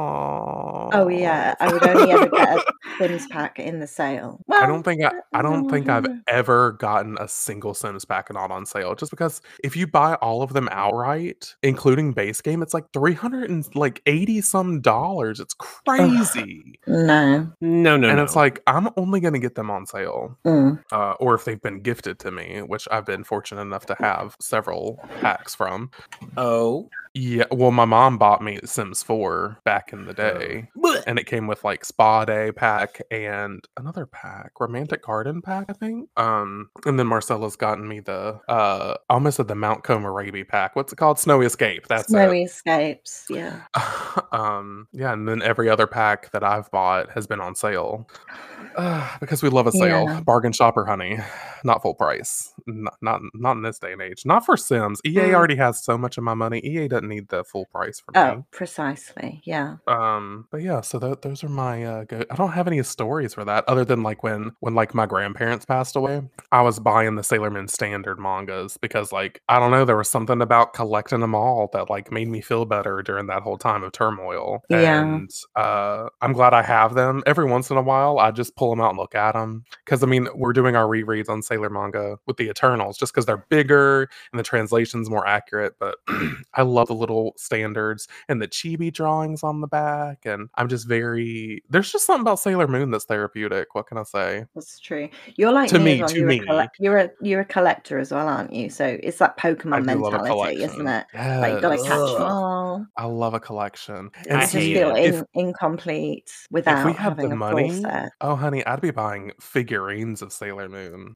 Speaker 3: off.
Speaker 2: Oh yeah, I would only ever get a Sims pack in the sale. Well,
Speaker 1: Oh
Speaker 3: I don't think I, I don't
Speaker 2: no,
Speaker 3: think
Speaker 2: I
Speaker 3: I've
Speaker 2: don't know.
Speaker 3: ever gotten a single Sims pack and not on sale. Just because if you buy all of them outright, including base game, it's like three hundred and like eighty some dollars. It's crazy.
Speaker 2: No.
Speaker 1: No, no,
Speaker 3: and
Speaker 1: no.
Speaker 3: it's like I'm only gonna get them on sale,
Speaker 2: Mm.
Speaker 3: uh, or if they've been gifted to me, which I've been fortunate enough to have several packs from.
Speaker 1: oh,
Speaker 3: Yeah, well, my mom bought me Sims Four back in the
Speaker 1: Oh.
Speaker 3: day.
Speaker 1: bleh.
Speaker 3: and it came with like spa day pack and another pack romantic garden pack i think um and then marcella's gotten me the uh I almost said the mount komarabi pack what's it called snowy escape that's
Speaker 2: Snowy
Speaker 3: it
Speaker 2: escapes. Yeah.
Speaker 3: um yeah and then every other pack that i've bought has been on sale Ugh, because we love a sale
Speaker 2: Yeah.
Speaker 3: bargain shopper honey not full price not, not not in this day and age not for sims ea
Speaker 1: Mm.
Speaker 3: already has so much of my money ea doesn't need the full price for me
Speaker 2: Oh, precisely. Yeah.
Speaker 3: um but yeah so tho- those are my uh go- i don't have any stories for that other than like when when like my grandparents passed away i was buying the sailor moon standard mangas because like i don't know there was something about collecting them all that like made me feel better during that whole time of turmoil
Speaker 2: Yeah.
Speaker 3: and uh i'm glad i have them every once in a while i just pull them out and look at them because i mean we're doing our rereads on sailor manga with the eternals just because they're bigger and the translation's more accurate but i love the little standards and the chibi drawings on the back. And I'm just very there's just something about Sailor Moon that's therapeutic. What can I say?
Speaker 2: That's true. You're like
Speaker 3: To
Speaker 2: me.
Speaker 3: me,
Speaker 2: as well,
Speaker 3: to
Speaker 2: you're,
Speaker 3: me.
Speaker 2: A colle- you're a you're a collector as well, aren't you? So it's that
Speaker 3: I
Speaker 2: Pokemon
Speaker 3: do love a
Speaker 2: mentality,
Speaker 3: collection.
Speaker 2: isn't it?
Speaker 3: Yes.
Speaker 2: Like you gotta catch
Speaker 1: Ugh.
Speaker 2: them all.
Speaker 3: I love a collection.
Speaker 2: I
Speaker 3: And
Speaker 1: I
Speaker 2: just
Speaker 1: hate
Speaker 2: feel
Speaker 1: it.
Speaker 3: if-
Speaker 2: in, incomplete without
Speaker 3: had the
Speaker 2: having a full
Speaker 3: money,
Speaker 2: set.
Speaker 3: oh honey, I'd be buying figurines of Sailor Moon.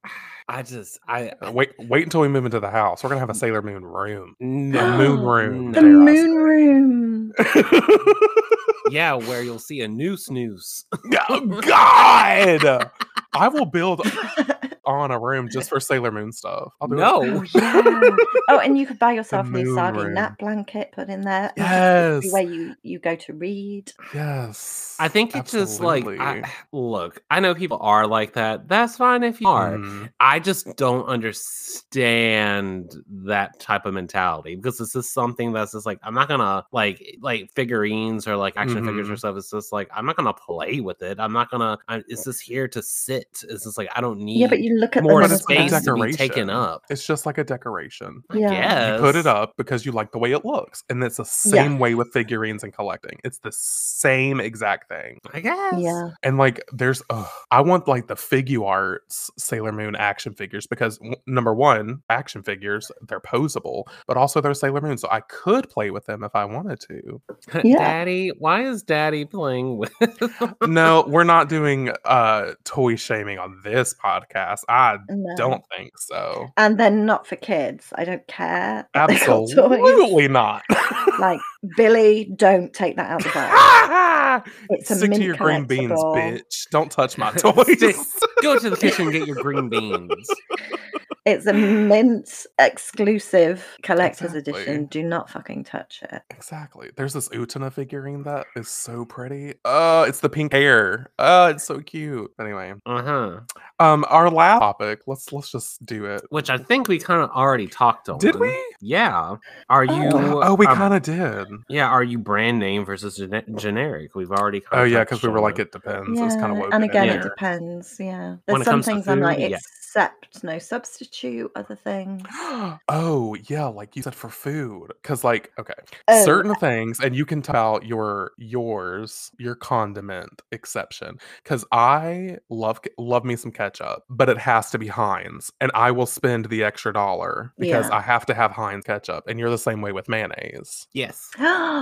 Speaker 1: I just, I
Speaker 3: Uh, Wait, wait until we move into the house. We're gonna have a Sailor Moon room. The
Speaker 1: no.
Speaker 3: moon room.
Speaker 1: The
Speaker 2: The
Speaker 3: dare I
Speaker 2: moon room.
Speaker 3: say.
Speaker 1: yeah, where you'll see a noose, noose.
Speaker 3: Oh, God! I will build on a room just for Sailor Moon stuff. I'll do it.
Speaker 1: No,
Speaker 2: Oh yeah. oh, and you could buy yourself a new
Speaker 3: moon
Speaker 2: sardine
Speaker 3: room.
Speaker 2: nap blanket, put in there. and
Speaker 3: Yes.
Speaker 2: Where you you go to read.
Speaker 3: Yes.
Speaker 1: I think it's just like,
Speaker 3: absolutely.
Speaker 1: I, look, I know people are like that. That's fine if you are.
Speaker 3: Mm.
Speaker 1: I just don't understand that type of mentality because this is something that's just like I'm not gonna like like figurines or like action figures
Speaker 2: Mm-hmm.
Speaker 1: or
Speaker 3: Mhm.
Speaker 1: stuff. It's just like I'm not gonna play with it. I'm not gonna. I, it's just here to sit. It's just like I don't need.
Speaker 2: Yeah, but you look at
Speaker 1: more
Speaker 2: them as
Speaker 1: space
Speaker 2: like-
Speaker 1: to be taken
Speaker 3: decoration.
Speaker 1: up.
Speaker 3: It's just like a decoration.
Speaker 2: Yeah.
Speaker 1: Yes.
Speaker 3: You put it up because you like the way it looks. And it's the same way with figurines and collecting. It's the same exact thing.
Speaker 1: I guess.
Speaker 2: Yeah.
Speaker 3: And like, there's, ugh, I want like the figure arts Sailor Moon action figures because w- number one, action figures, they're posable, but also they're Sailor Moon. So I could play with them if I wanted to.
Speaker 2: Yeah.
Speaker 1: Daddy, why is Daddy playing with?
Speaker 3: no, we're not doing uh toy shaming on this podcast. I
Speaker 2: No.
Speaker 3: don't think so.
Speaker 2: And then not for kids. I don't care. that they got toys.
Speaker 3: Absolutely not.
Speaker 2: Like Billy, don't take that out of the bag. It's a
Speaker 3: Stick to
Speaker 2: mint
Speaker 3: your green beans,
Speaker 2: collectible.
Speaker 3: bitch. Don't touch my
Speaker 1: Stick-
Speaker 3: toys.
Speaker 1: Go to the kitchen and get your green beans.
Speaker 2: It's a mint exclusive collector's
Speaker 3: Exactly.
Speaker 2: edition. Do not fucking touch it.
Speaker 3: exactly. There's this Utana figurine that is so pretty. Oh, it's the pink hair. Oh, it's so cute. Anyway,
Speaker 1: Uh huh.
Speaker 3: um, our last topic. Let's let's just do it.
Speaker 1: Which I think we kind of already talked on.
Speaker 3: Did we?
Speaker 1: Yeah. Are you?
Speaker 2: Oh.
Speaker 3: Oh, we
Speaker 1: um,
Speaker 3: kind of did.
Speaker 1: Yeah. Are you brand name versus gene- generic? We've already. Kinda
Speaker 3: Oh yeah,
Speaker 1: touched
Speaker 3: because we were
Speaker 1: on
Speaker 3: like, it depends. It's kind of
Speaker 2: and again,
Speaker 1: there.
Speaker 2: it depends. Yeah,
Speaker 1: When
Speaker 2: there's
Speaker 1: it
Speaker 2: some
Speaker 1: comes to
Speaker 2: things I'm like,
Speaker 1: food, yeah.
Speaker 2: accept, no substitute, other things.
Speaker 3: oh yeah like you said for food because like okay
Speaker 2: Oh,
Speaker 3: certain things and you can tell out your yours your condiment exception because i love ke- love me some ketchup but it has to be heinz and i will spend the extra dollar because
Speaker 2: Yeah.
Speaker 3: i have to have heinz ketchup and you're the same way with mayonnaise
Speaker 1: Yes.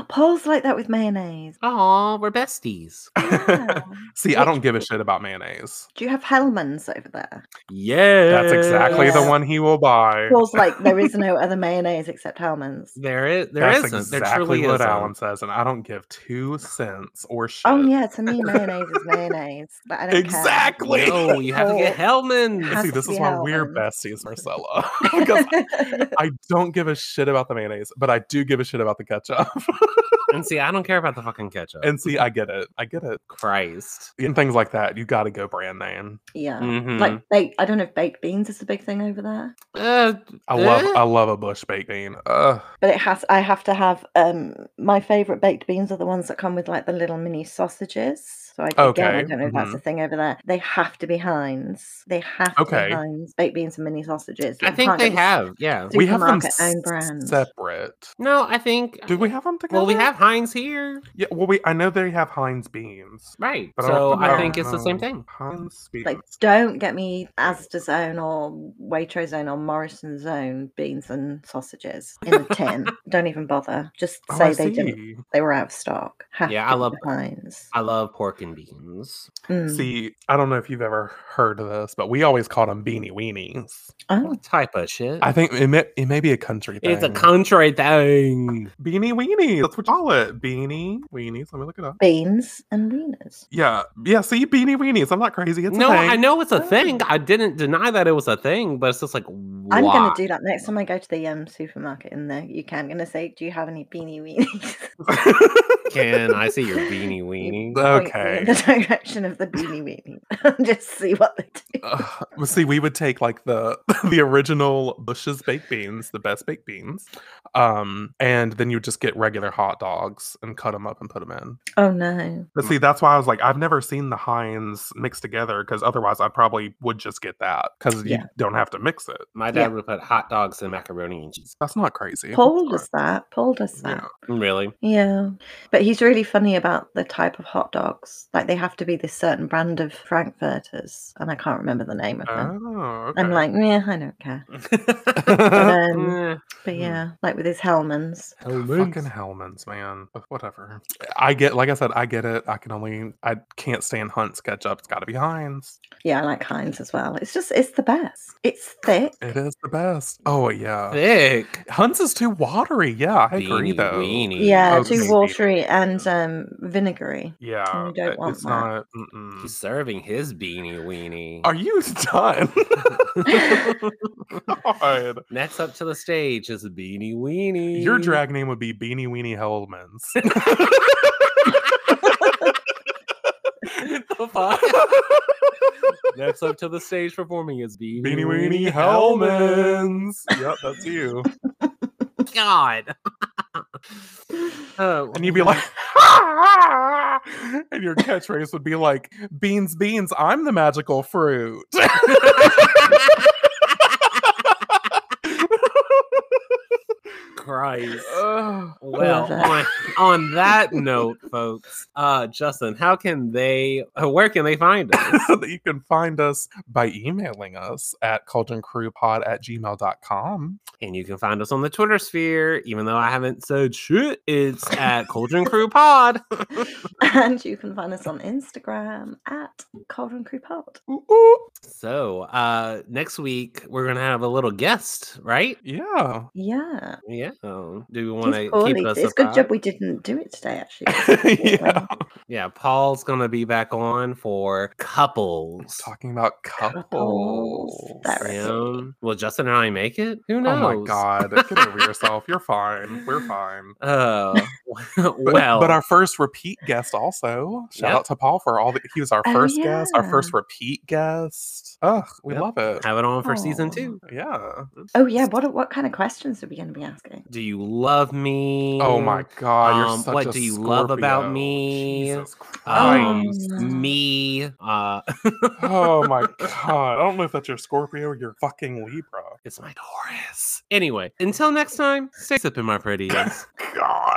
Speaker 2: Paul's like that with mayonnaise.
Speaker 1: Oh, we're besties.
Speaker 2: Yeah.
Speaker 3: see i don't give a shit about mayonnaise
Speaker 2: Do you have Hellman's over there?
Speaker 1: Yeah.
Speaker 3: that's exactly the
Speaker 2: Yes.
Speaker 3: one he will buy
Speaker 2: Paul's like, there is no other mayonnaise except Hellman's.
Speaker 1: There is. There
Speaker 3: that's
Speaker 1: not
Speaker 3: exactly
Speaker 1: there truly
Speaker 3: what
Speaker 1: isn't.
Speaker 3: alan says and i don't give two cents or shit
Speaker 2: Oh yeah, to me mayonnaise is mayonnaise, but I don't
Speaker 3: Exactly.
Speaker 1: No, you have to get
Speaker 2: Oh.
Speaker 1: Hellman.
Speaker 2: Has
Speaker 3: See,
Speaker 2: to
Speaker 3: this
Speaker 2: be
Speaker 3: is why we're
Speaker 2: Hellman's.
Speaker 3: besties, Marcella.
Speaker 2: care.
Speaker 3: Because I don't give a shit about the mayonnaise, but I do give a shit about the ketchup.
Speaker 1: And see, I don't care about the fucking ketchup.
Speaker 3: and see, I get it. I get it.
Speaker 1: Christ.
Speaker 3: And things like that, you got to go brand name.
Speaker 2: yeah.
Speaker 1: Mhm.
Speaker 2: Uh,
Speaker 3: Mm.
Speaker 2: Like bake, I don't know if baked beans is a big thing over there,
Speaker 1: Uh,
Speaker 3: I love,
Speaker 1: Eh?
Speaker 3: I love a bush baked bean. Ugh.
Speaker 2: but it has. I have to have. Um, my favorite baked beans are the ones that come with like the little mini sausages. So I, again, I
Speaker 3: Okay, mm-hmm.
Speaker 2: don't know if that's a thing over there. They have to be Heinz. They have to
Speaker 3: Okay.
Speaker 2: be Heinz baked beans and mini sausages.
Speaker 1: I
Speaker 2: You
Speaker 1: think
Speaker 2: can't
Speaker 1: they
Speaker 2: get this-
Speaker 1: have. Yeah.
Speaker 3: We have them
Speaker 2: Supermarket own brand.
Speaker 3: separate.
Speaker 1: No, I think.
Speaker 3: Do we have them together?
Speaker 1: Well, we have Heinz here,
Speaker 3: Yeah. Well, we. I know they have Heinz beans.
Speaker 1: right?
Speaker 3: But
Speaker 1: so
Speaker 3: don't
Speaker 1: I,
Speaker 3: know-
Speaker 1: think it's the same
Speaker 3: no,
Speaker 1: thing.
Speaker 3: Heinz beans.
Speaker 2: Like, don't get me Asda Zone or Waitrose Zone or Morrison Zone beans and sausages in a tin. don't even bother. Just
Speaker 3: Oh,
Speaker 2: say
Speaker 3: I
Speaker 2: they didn't.
Speaker 3: see.
Speaker 2: They were out of stock. Have
Speaker 1: Yeah,
Speaker 2: to
Speaker 1: I
Speaker 2: be
Speaker 1: love-
Speaker 2: Heinz.
Speaker 1: I love pork and beans.
Speaker 2: Mm.
Speaker 3: See, I don't know if you've ever heard of this, but we always called them beanie weenies.
Speaker 2: Oh,
Speaker 1: What type of shit?
Speaker 3: I think it may, it may be a country thing.
Speaker 1: it's a country thing.
Speaker 3: Beanie weenies. That's what you call it. Beanie weenies. Let me look it up.
Speaker 2: beans and wieners.
Speaker 3: Yeah. Yeah. See, beanie weenies. I'm not crazy. It's
Speaker 1: no,
Speaker 3: a
Speaker 1: I
Speaker 3: thing.
Speaker 1: know it's a thing.
Speaker 2: Oh.
Speaker 1: I didn't deny that it was a thing, but it's just like why?
Speaker 2: I'm gonna do that next time I go to the um, supermarket in the UK. I'm gonna say, "Do you have any beanie weenies?"
Speaker 1: Can I see your beanie weenie?
Speaker 2: Point me
Speaker 3: Okay.
Speaker 2: in the direction of the beanie weenie, and just see what they do.
Speaker 1: Uh,
Speaker 3: Ugh, well, see, we would take like the the original Bush's baked beans, the best baked beans, um, and then you would just get regular hot dogs and cut them up and put them in.
Speaker 2: Oh no!
Speaker 3: But
Speaker 1: Mm.
Speaker 3: see, that's why I was like, I've never seen the Heinz mixed together because otherwise, I probably would just get that because you
Speaker 2: Yeah.
Speaker 3: don't have to mix it.
Speaker 1: My dad
Speaker 2: Yeah.
Speaker 1: would put hot dogs and macaroni and cheese. Mm,
Speaker 3: That's not crazy. I'm
Speaker 2: Paul
Speaker 3: sorry.
Speaker 2: does that. Paul does
Speaker 3: Yeah.
Speaker 2: that.
Speaker 1: Really?
Speaker 2: Yeah. But he's really funny about the type of hot dogs. Like they have to be this certain brand of frankfurters, and I can't remember the name of them.
Speaker 3: Oh,
Speaker 2: I'm
Speaker 3: okay.
Speaker 2: like, yeah, I don't care.
Speaker 1: Mm.
Speaker 2: um,
Speaker 1: Eh,
Speaker 2: But
Speaker 3: Hmm.
Speaker 2: yeah, like with his Hellmans.
Speaker 3: Fucking Hellman's, man. Ugh, Whatever. I get, like I said, I get it. I can only, I can't stand Hunt's ketchup. It's got to be Heinz.
Speaker 2: Yeah, I like Heinz as well. It's just, it's the best. It's thick.
Speaker 3: It is the best. Oh yeah,
Speaker 1: thick.
Speaker 3: Hunt's is too watery. Yeah, I agree
Speaker 1: beanie
Speaker 3: though.
Speaker 1: weenie.
Speaker 2: Yeah,
Speaker 3: Okay.
Speaker 2: too watery and um, vinegary.
Speaker 3: Yeah,
Speaker 2: You don't
Speaker 3: it-
Speaker 2: want
Speaker 3: it's
Speaker 2: that.
Speaker 3: not. mm-mm.
Speaker 1: He's serving his beanie weenie.
Speaker 3: Are you done? God.
Speaker 1: Next up to the stage is Beanie Weenie.
Speaker 3: Your drag name would be Beanie Weenie Hellman's.
Speaker 1: the fuck? Next up to the stage performing is Beanie,
Speaker 3: Beanie Weenie Hellman's. yep, that's you.
Speaker 1: God. Uh,
Speaker 3: and you'd be like, and your catchphrase would be like, "Beans, beans, I'm the magical fruit."
Speaker 1: Christ.
Speaker 3: Ugh.
Speaker 1: Well,
Speaker 2: love that.
Speaker 1: on, on that note, folks, uh, Justin, how can they, uh, where can they find us?
Speaker 3: that you can find us by emailing us at cauldroncrewpod at gmail.com.
Speaker 1: And you can find us on the Twitter sphere, even though I haven't said shit, it's at Cauldron Crew Pod.
Speaker 2: and you can find us on Instagram at Cauldron Crew Pod.
Speaker 3: Ooh, ooh.
Speaker 1: So, uh, next week, we're going to have a little guest, right?
Speaker 3: Yeah.
Speaker 2: Yeah.
Speaker 1: Yeah. Um, do we
Speaker 2: he's
Speaker 1: want to
Speaker 2: poorly.
Speaker 1: keep us
Speaker 2: It's a good
Speaker 1: afloat?
Speaker 2: job we didn't do it today, actually.
Speaker 3: yeah.
Speaker 1: Yeah, Paul's gonna be back on for couples.
Speaker 3: Talking about
Speaker 2: Couples.
Speaker 3: couples.
Speaker 2: There it is.
Speaker 1: Um, will Justin and I make it? Who knows?
Speaker 3: Oh my god. Get over yourself. You're fine. We're fine.
Speaker 1: Uh,
Speaker 3: But,
Speaker 1: well,
Speaker 3: but our first repeat guest also. Shout
Speaker 1: Yep.
Speaker 3: out to Paul for all the he was our
Speaker 2: Oh,
Speaker 3: first guest, our
Speaker 2: yeah.
Speaker 3: first repeat guest. Ugh, we
Speaker 1: Yep.
Speaker 3: love it.
Speaker 1: have it on for season
Speaker 2: Aw.
Speaker 1: two.
Speaker 3: Yeah.
Speaker 2: Oh yeah, what what kind of questions are we going to be asking?
Speaker 1: Do you love me?
Speaker 3: Oh my god, you're
Speaker 1: Um,
Speaker 3: such
Speaker 1: what
Speaker 3: a
Speaker 1: do you love about
Speaker 3: Scorpio.
Speaker 1: me?
Speaker 3: Jesus
Speaker 1: Um,
Speaker 3: Christ.
Speaker 2: no.
Speaker 1: me. Uh,
Speaker 3: oh my god. I don't know if that's your Scorpio or your fucking Libra.
Speaker 1: it's my Taurus. Anyway, until next time, stay sipping my pretties.
Speaker 3: God.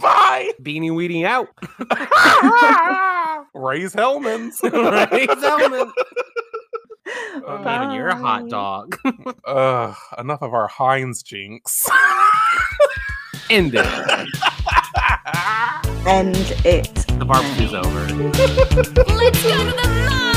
Speaker 3: Bye.
Speaker 1: Beanie Weenie out.
Speaker 3: Raise Hellman's.
Speaker 1: Right, Zelman?
Speaker 3: Oh,
Speaker 1: Man, Um, you're a hot
Speaker 2: Bye.
Speaker 1: dog.
Speaker 3: Ugh, enough of our Heinz jinx.
Speaker 1: End it.
Speaker 2: And it
Speaker 1: The barbecue's over.
Speaker 4: Let's go to the mall!